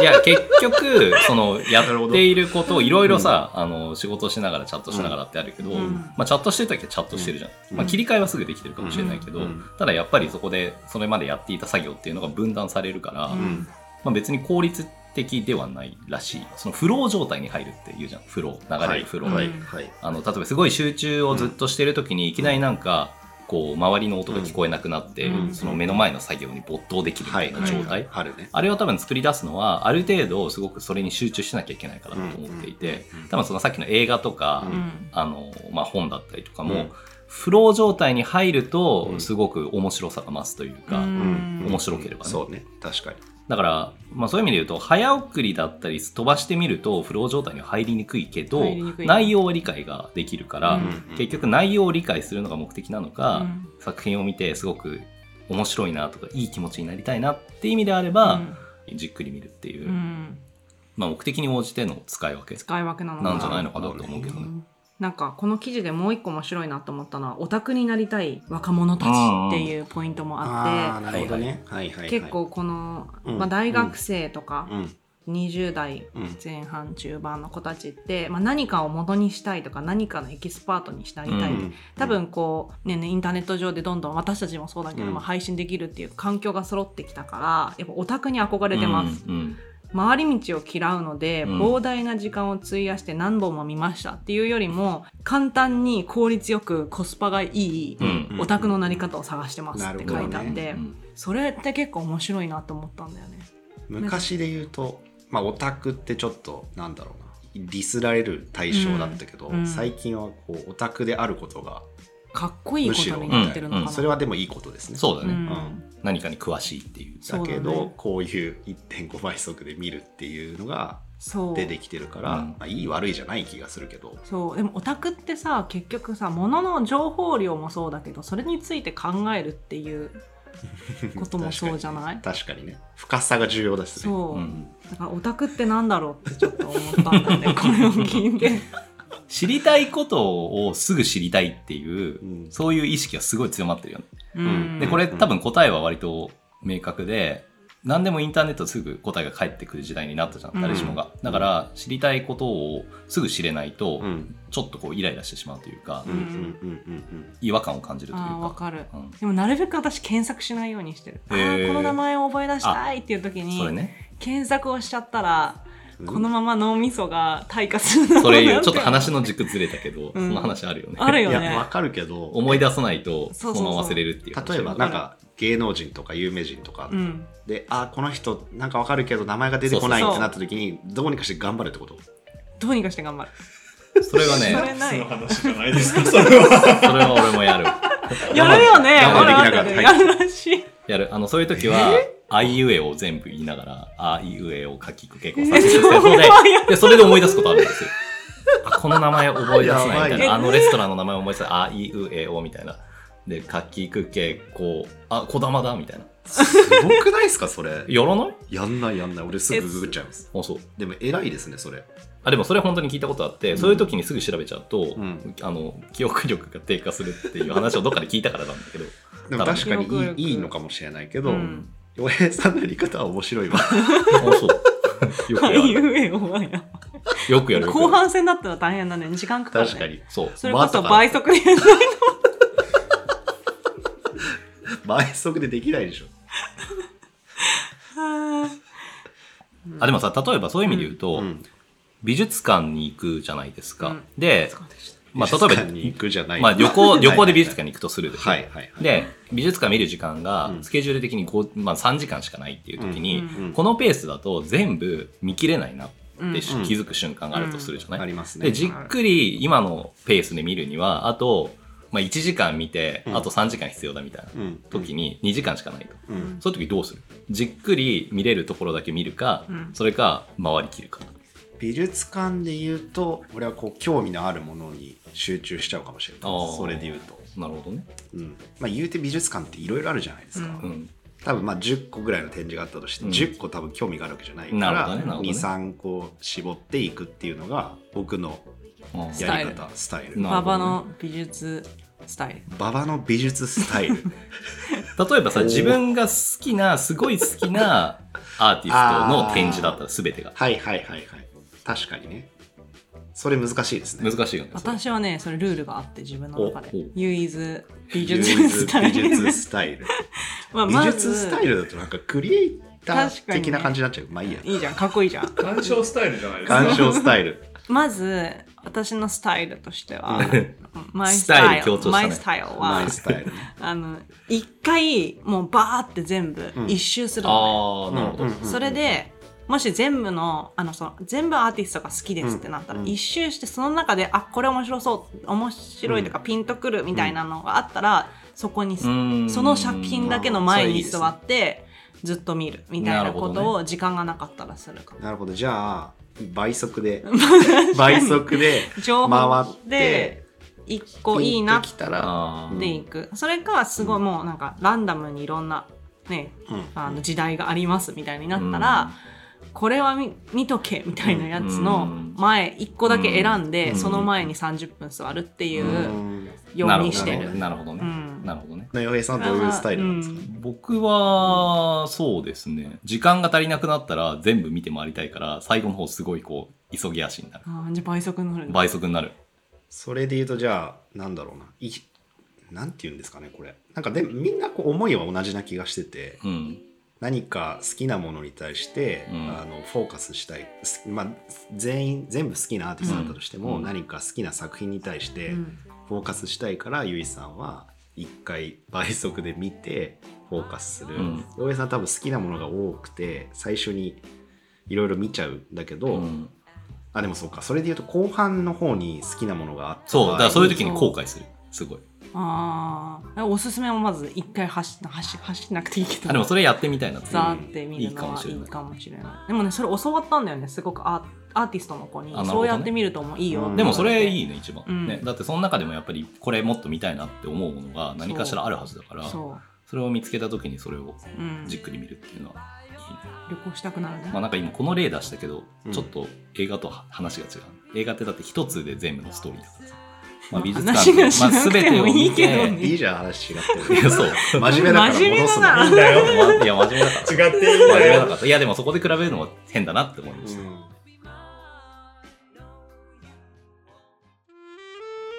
[SPEAKER 5] いや結局そのや
[SPEAKER 3] るほど
[SPEAKER 5] っていることをいろいろさ、あの仕事しながらチャットしながらってあるけど、
[SPEAKER 2] うん
[SPEAKER 5] まあ、チャットしてる時はチャットしてるじゃん、
[SPEAKER 1] うん
[SPEAKER 5] まあ、切り替えはすぐできてるかもしれないけど、
[SPEAKER 1] うん
[SPEAKER 5] ただやっぱりそこでそれまでやっていた作業っていうのが分断されるから、
[SPEAKER 2] う
[SPEAKER 1] うんん
[SPEAKER 5] まあ、別に効率的ではないらしいそのフロー状態に入るっていうじゃんフロー流れるフロー、
[SPEAKER 1] はい
[SPEAKER 2] うん
[SPEAKER 1] はい
[SPEAKER 5] あの例えばすごい集中をずっとしてる時にいきなりなんかこう周りの音が聞こえなくなって、
[SPEAKER 2] うん
[SPEAKER 5] その目の前の作業に没頭できるみたいな
[SPEAKER 1] はい
[SPEAKER 5] 状態、
[SPEAKER 1] はい春ね
[SPEAKER 5] あれを多分作り出すのはある程度すごくそれに集中しなきゃいけないからだと思っていて、多分そのさっきの映画とか、
[SPEAKER 1] う
[SPEAKER 2] うん
[SPEAKER 5] あのまあ、本だったりとかも、
[SPEAKER 1] うん
[SPEAKER 5] フロー状態に入ると
[SPEAKER 1] うん
[SPEAKER 5] すごく面白さが増すというか、
[SPEAKER 2] うん
[SPEAKER 5] 面白ければね
[SPEAKER 1] そうね確かに
[SPEAKER 5] だから、まあ、そういう意味で言うと早送りだったり飛ばしてみるとフロー状態には入りにくいけど
[SPEAKER 2] 入りにくい
[SPEAKER 5] 内容は理解ができるから、
[SPEAKER 2] うん
[SPEAKER 5] 結局内容を理解するのが目的なのか、
[SPEAKER 2] うん
[SPEAKER 5] 作品を見てすごく面白いなとかいい気持ちになりたいなって意味であれば、じっくり見るっていう、
[SPEAKER 2] うん
[SPEAKER 5] まあ、目的に応じての使い分け
[SPEAKER 2] 使い分けなのか
[SPEAKER 5] なんじゃないのかなと思うけど
[SPEAKER 2] う
[SPEAKER 5] ね。
[SPEAKER 2] んなんかこの記事でもう一個面白いなと思ったのはオタクになりたい若者たちっていうポイントもあ
[SPEAKER 1] あ
[SPEAKER 2] っ
[SPEAKER 1] あなるほどねはいはいは
[SPEAKER 2] て
[SPEAKER 1] い
[SPEAKER 2] 結構この、
[SPEAKER 1] うん
[SPEAKER 2] まあ、大学生とか
[SPEAKER 1] うん
[SPEAKER 2] 20代
[SPEAKER 1] うん
[SPEAKER 2] 前半中盤の子たちって、まあ、何かを元にしたいとか何かのエキスパートにしたりたい、
[SPEAKER 5] うん
[SPEAKER 2] 多分こうねねインターネット上でどんどん私たちもそうだけど、
[SPEAKER 1] うん
[SPEAKER 2] まあ、配信できるっていう環境が揃ってきたからやっぱオタクに憧れてます、
[SPEAKER 5] うん
[SPEAKER 2] 回り道を嫌うので、
[SPEAKER 5] うん
[SPEAKER 2] 膨大な時間を費やして何本も見ましたっていうよりも簡単に効率よくコスパがいい
[SPEAKER 5] うん
[SPEAKER 2] オタクのなり方を探してますって書いてあ
[SPEAKER 1] な
[SPEAKER 2] っ
[SPEAKER 1] るほど
[SPEAKER 2] て、
[SPEAKER 1] ね
[SPEAKER 5] うん
[SPEAKER 2] それって結構面白いなと思ったんだよね。
[SPEAKER 1] 昔で言うとまあオタクってちょっとなんだろうなディスられる対象だったけど、
[SPEAKER 2] うんうん
[SPEAKER 1] 最近はこうオタクであることが
[SPEAKER 2] かっこいいことになってるのかな。
[SPEAKER 5] むし
[SPEAKER 1] それはでもいいことですね
[SPEAKER 5] そうだ
[SPEAKER 2] う
[SPEAKER 5] ね、
[SPEAKER 2] ん
[SPEAKER 1] うん
[SPEAKER 5] 何かに詳しいっていう
[SPEAKER 2] そう
[SPEAKER 1] だけど
[SPEAKER 2] そうだね
[SPEAKER 1] こういう1.5倍速で見るっていうのが
[SPEAKER 2] そう
[SPEAKER 1] 出てきてるから、
[SPEAKER 5] うん
[SPEAKER 1] まあ、いい悪いじゃない気がするけど、
[SPEAKER 2] そうでもオタクってさ結局さ物の情報量もそうだけどそれについて考えるっていうこともそうじゃない
[SPEAKER 1] 確かにね深さが重要ですね
[SPEAKER 2] そう、
[SPEAKER 5] うん
[SPEAKER 2] だからオタクってなんだろうってちょっと思ったんだよ
[SPEAKER 5] *laughs*
[SPEAKER 2] ねこれを聞いて
[SPEAKER 5] 知りたいことをすぐ知りたいっていう、
[SPEAKER 1] うん
[SPEAKER 5] そういう意識がすごい強まってるよね。
[SPEAKER 2] うん
[SPEAKER 5] でこれ多分答えは割と明確で何でもインターネットすぐ答えが返ってくる時代になったじゃん誰しもが、だから知りたいことをすぐ知れないと、
[SPEAKER 1] うん
[SPEAKER 5] ちょっとこうイライラしてしまうというか、
[SPEAKER 1] うんうんうんうん
[SPEAKER 5] 違和感を感じるという
[SPEAKER 2] あーわ
[SPEAKER 5] か
[SPEAKER 2] かる
[SPEAKER 5] うん
[SPEAKER 2] でもなるべく私検索しないようにしてるあ
[SPEAKER 5] へー
[SPEAKER 2] ーこの名前を覚え出したいっていう時
[SPEAKER 5] それ
[SPEAKER 2] に、
[SPEAKER 5] ね
[SPEAKER 2] 検索をしちゃったら
[SPEAKER 1] うん
[SPEAKER 2] このまま脳みそが退化するの
[SPEAKER 5] そ
[SPEAKER 2] *laughs*
[SPEAKER 5] れちょっと
[SPEAKER 2] し
[SPEAKER 5] 話の軸ずれたけど、
[SPEAKER 2] うん
[SPEAKER 5] その話あるよね
[SPEAKER 2] ある
[SPEAKER 1] い
[SPEAKER 2] よ
[SPEAKER 1] やわ
[SPEAKER 2] ね
[SPEAKER 1] かるけど
[SPEAKER 5] 思い出さないと
[SPEAKER 2] そそ
[SPEAKER 5] そう
[SPEAKER 2] うそう
[SPEAKER 5] のまま忘れるっていう話
[SPEAKER 1] 例えばなんか芸能人とか有名人とか、
[SPEAKER 2] うん
[SPEAKER 1] であこの人なんかわかるけど名前が出てこないってなった時にどうにかして頑張るってこと
[SPEAKER 2] どうにかして頑張る
[SPEAKER 5] それはね
[SPEAKER 2] それない
[SPEAKER 3] の話じゃな
[SPEAKER 2] *laughs*
[SPEAKER 3] いですか、それは。
[SPEAKER 5] それは俺もやる
[SPEAKER 2] やるよね
[SPEAKER 1] 我慢できなかった
[SPEAKER 2] 俺あるよねやるらしい
[SPEAKER 5] やるあのそういう時はあいうえを全部言いながらあいうえを書きくけこさ
[SPEAKER 2] え
[SPEAKER 5] れてる
[SPEAKER 2] そう
[SPEAKER 5] それで
[SPEAKER 2] なんや
[SPEAKER 5] で、それで思い出すことある
[SPEAKER 2] *laughs*
[SPEAKER 5] んですよ。あこの名前覚え出せないみたい
[SPEAKER 2] やばい
[SPEAKER 5] な。あのレストランの名前思い出せない。あいうえおみたいな。で、かきくけこう、あ、こだまだみたいな。
[SPEAKER 1] すごくないですかそれ
[SPEAKER 5] やらない
[SPEAKER 1] やんないやんない俺すぐググっちゃいます
[SPEAKER 5] あ、そう。
[SPEAKER 1] でも偉いですねそれ
[SPEAKER 5] あ、でもそれ本当に聞いたことあって、そういう時にすぐ調べちゃうと、
[SPEAKER 1] ん
[SPEAKER 5] あの、記憶力が低下するっていう話をどっかで聞いたからなんだ
[SPEAKER 2] *laughs*
[SPEAKER 5] けど。
[SPEAKER 1] でも確か
[SPEAKER 2] 記憶力
[SPEAKER 1] にいいいいのかもしれないけど
[SPEAKER 2] うん
[SPEAKER 1] 洋平さんのやり方は面白いわ *laughs*
[SPEAKER 2] *laughs*
[SPEAKER 5] あ、そう。よく
[SPEAKER 2] あ
[SPEAKER 5] や
[SPEAKER 2] いう
[SPEAKER 5] る。
[SPEAKER 2] えおはや
[SPEAKER 5] よくやる。よくや
[SPEAKER 2] 後
[SPEAKER 5] る
[SPEAKER 2] 半戦だったら大変だね時間かかる、ね、
[SPEAKER 1] 確かに
[SPEAKER 5] そう。
[SPEAKER 2] それこそ
[SPEAKER 1] まさか
[SPEAKER 2] 倍速でやらない
[SPEAKER 1] 倍速でできないでしょ
[SPEAKER 5] あ、でもさ、例えばそういう意味で言う
[SPEAKER 1] う
[SPEAKER 5] と、
[SPEAKER 1] ん
[SPEAKER 5] 美術館に行くじゃないですか。
[SPEAKER 2] うん
[SPEAKER 5] で、まあ、例
[SPEAKER 1] 美術館に
[SPEAKER 5] え
[SPEAKER 1] 行くじゃな
[SPEAKER 5] ば、
[SPEAKER 1] い
[SPEAKER 5] まあ、旅
[SPEAKER 1] *laughs*
[SPEAKER 5] 行、旅行で美術館に行くとするでしょ。
[SPEAKER 1] はいはいはい。
[SPEAKER 5] で、美術館見る時間が
[SPEAKER 1] う、ん
[SPEAKER 5] スケジュール的にこうまあ、3時間しかないっていう時に、
[SPEAKER 2] うん
[SPEAKER 1] うん
[SPEAKER 5] このペースだと全部見切れないなって
[SPEAKER 2] うん
[SPEAKER 5] し
[SPEAKER 1] うん
[SPEAKER 5] 気づく瞬間があるとするじゃない、
[SPEAKER 1] あります
[SPEAKER 5] で
[SPEAKER 1] ね。
[SPEAKER 5] じっくり今のペースで見るにはあと、まあ、1時間見て
[SPEAKER 1] うん
[SPEAKER 5] あと3時間必要だみたいな
[SPEAKER 1] うん
[SPEAKER 5] 時に2時間しかないと
[SPEAKER 1] うん
[SPEAKER 5] そういう時どうするじっくり見れるところだけ見るか、
[SPEAKER 2] うん
[SPEAKER 5] それか回りきるか
[SPEAKER 1] 美術館で言うと、俺はこう興味のあるものに集中しちゃうかもしれな
[SPEAKER 5] あー
[SPEAKER 1] い。それで言うと。
[SPEAKER 5] なるほどね、
[SPEAKER 1] うんまあ言うて美術館っていろいろあるじゃないですか。
[SPEAKER 5] うん、
[SPEAKER 1] 多分まあ10個ぐらいの展示があったとして、
[SPEAKER 5] うん
[SPEAKER 1] 10個多分興味があるわけじゃないか
[SPEAKER 5] なるほど
[SPEAKER 1] ら、
[SPEAKER 5] ねなるほどね
[SPEAKER 1] 23個絞っていくっていうのが僕の
[SPEAKER 5] あー
[SPEAKER 1] やり方スタイル
[SPEAKER 5] なる
[SPEAKER 2] 馬
[SPEAKER 5] ほどね
[SPEAKER 2] 場の美術スタイル。
[SPEAKER 1] 馬場の美術スタイ
[SPEAKER 5] *laughs*
[SPEAKER 1] ル
[SPEAKER 5] 例えばさ
[SPEAKER 1] おー
[SPEAKER 5] 自分が好きなすごい好きなアーティストの展示だったら全てが
[SPEAKER 1] はいはいはいはい確かにねそれ難しいですね
[SPEAKER 5] 難しいよねそれ
[SPEAKER 2] 私はね、それルールがあって自分の中で
[SPEAKER 5] おお。
[SPEAKER 2] 唯一美
[SPEAKER 1] 美
[SPEAKER 2] 術スタイル。
[SPEAKER 1] 術スタイル
[SPEAKER 2] *laughs* まあ
[SPEAKER 1] 美
[SPEAKER 2] まず
[SPEAKER 1] 術スタイルだとなんかクリエイター的な感じになっちゃう、まあいいや
[SPEAKER 2] いいじゃん、かっこいいじゃん。
[SPEAKER 3] 鑑賞スタイルじゃないですか。
[SPEAKER 2] *laughs*
[SPEAKER 1] 鑑賞スタイル
[SPEAKER 2] まず、私のスタイルとして
[SPEAKER 1] *laughs*
[SPEAKER 2] は、マイ
[SPEAKER 5] ス
[SPEAKER 2] ス
[SPEAKER 5] タ
[SPEAKER 2] タ
[SPEAKER 5] イ
[SPEAKER 2] イ
[SPEAKER 5] ル
[SPEAKER 2] ル、
[SPEAKER 5] 強調したね
[SPEAKER 2] マイスタイル
[SPEAKER 1] マ
[SPEAKER 2] は
[SPEAKER 1] イ、スタイル
[SPEAKER 2] あの、一回、もうバーって全部
[SPEAKER 1] うん
[SPEAKER 2] 一周するのね、
[SPEAKER 5] ああなるほど、
[SPEAKER 2] それでもし全部のあのその全部アーティストが好きですってなったら、
[SPEAKER 1] うん
[SPEAKER 2] 一周してその中であこれ面白そう面白いとか、ピンとくるみたいなのがあったらそこに、
[SPEAKER 5] うん
[SPEAKER 2] その作品だけの前に座
[SPEAKER 5] まあ
[SPEAKER 2] って、ずっと見るみたいなことを時間がなかったらするかも
[SPEAKER 1] なるほどじゃあ倍速
[SPEAKER 2] *laughs*
[SPEAKER 1] で倍速で
[SPEAKER 2] 情
[SPEAKER 1] 回
[SPEAKER 2] 報
[SPEAKER 1] っ
[SPEAKER 2] で
[SPEAKER 1] て
[SPEAKER 2] 一個いいなっ
[SPEAKER 1] ピンときた
[SPEAKER 5] それい
[SPEAKER 1] ら、
[SPEAKER 5] いですねあー
[SPEAKER 2] ていく、それかすごいもうなんかランダムにいろんなね
[SPEAKER 1] うん
[SPEAKER 2] あの時代がありますみたいになったら、これは見見とけみたいなやつの
[SPEAKER 5] うん
[SPEAKER 2] 前1個だけ選んで、
[SPEAKER 5] うん
[SPEAKER 2] その前に30分座るっていうう
[SPEAKER 1] うん
[SPEAKER 2] ようにしてる。
[SPEAKER 5] なるほどね。
[SPEAKER 2] うん
[SPEAKER 5] なるほどね。
[SPEAKER 1] な洋平さんはどういうスタイルなんですか、
[SPEAKER 2] うん
[SPEAKER 5] 僕は、そうですね。時間が足りなくなったら全部見て回りたいから、最後の方すごいこう、急ぎ足になる。
[SPEAKER 2] あーじゃあ倍速になるんだ
[SPEAKER 5] 倍速になる。
[SPEAKER 1] それで言うとじゃあなんだろうないなんて言うんですかねこれなんかでみんなこう思いは同じな気がしてて
[SPEAKER 5] うん。
[SPEAKER 1] 何か好きなものに対して、
[SPEAKER 5] うん
[SPEAKER 1] あのフォーカスしたい、すまあ、全員全部好きなアーティストだったとしても、
[SPEAKER 5] うん
[SPEAKER 1] 何か好きな作品に対して
[SPEAKER 2] うん
[SPEAKER 1] フォーカスしたいから、ゆいさんは一回倍速で見てフォーカスする
[SPEAKER 5] うん
[SPEAKER 1] 洋平、さんは多分好きなものが多くて最初にいろいろ見ちゃうんだけど、
[SPEAKER 5] うん
[SPEAKER 1] あでもそうかそれで言うと後半の方に好きなものがあった
[SPEAKER 5] そう、だからそういう
[SPEAKER 1] 時
[SPEAKER 5] 時に後悔する。すごい。
[SPEAKER 2] あーおすすめもまず1回走走走んなくていいけ
[SPEAKER 5] あ、で
[SPEAKER 2] ど
[SPEAKER 5] もそれやってみたいなって。
[SPEAKER 2] ザーって見るのはい
[SPEAKER 5] い
[SPEAKER 2] い
[SPEAKER 5] いか
[SPEAKER 2] かもしれないでもねそれ教わったんだよねすごくアーアーティストの子に、
[SPEAKER 5] あなるほど
[SPEAKER 2] そう
[SPEAKER 5] ね
[SPEAKER 2] やって見るともういいよって
[SPEAKER 1] うん
[SPEAKER 5] でもそれい
[SPEAKER 2] い
[SPEAKER 5] いね、一番、
[SPEAKER 2] うん
[SPEAKER 5] ね。だってその中でもやっぱり、これもっと見たいなって思うものが何かしらあるはずだから、そ
[SPEAKER 2] そ
[SPEAKER 5] れを見つけた時にそれを
[SPEAKER 2] う、うん、
[SPEAKER 5] じっくり見るっていうのはいいね。
[SPEAKER 2] 旅行したくなるね、
[SPEAKER 5] まあ、なんか今この例出したけど、
[SPEAKER 1] うん
[SPEAKER 5] ちょっと映画とは話が違う映画ってだって一つで全部のストーリーだからさ、まあ、美術館
[SPEAKER 2] 話
[SPEAKER 5] で、
[SPEAKER 2] がし
[SPEAKER 5] まあ、
[SPEAKER 2] なく
[SPEAKER 5] 全
[SPEAKER 2] て
[SPEAKER 5] てを
[SPEAKER 2] もい
[SPEAKER 5] 見
[SPEAKER 2] いけど
[SPEAKER 5] て
[SPEAKER 2] ね
[SPEAKER 1] いいじゃん話違って
[SPEAKER 5] *laughs* い
[SPEAKER 1] る
[SPEAKER 5] やそう
[SPEAKER 1] 真面目だから
[SPEAKER 2] 真面目
[SPEAKER 1] 戻すな、
[SPEAKER 2] だない
[SPEAKER 1] いんだよ、
[SPEAKER 5] いや真面目だから
[SPEAKER 3] *laughs* 違っていいん
[SPEAKER 5] 真面
[SPEAKER 3] だ
[SPEAKER 5] 目
[SPEAKER 3] よ
[SPEAKER 5] だ。からいやでもそこで比べるのは変だなって思いました、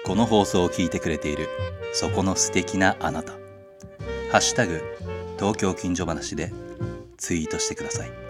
[SPEAKER 7] この放送を聞いてくれているそこの素敵なあなた「ハッシュタグ東京近所話」でツイートしてください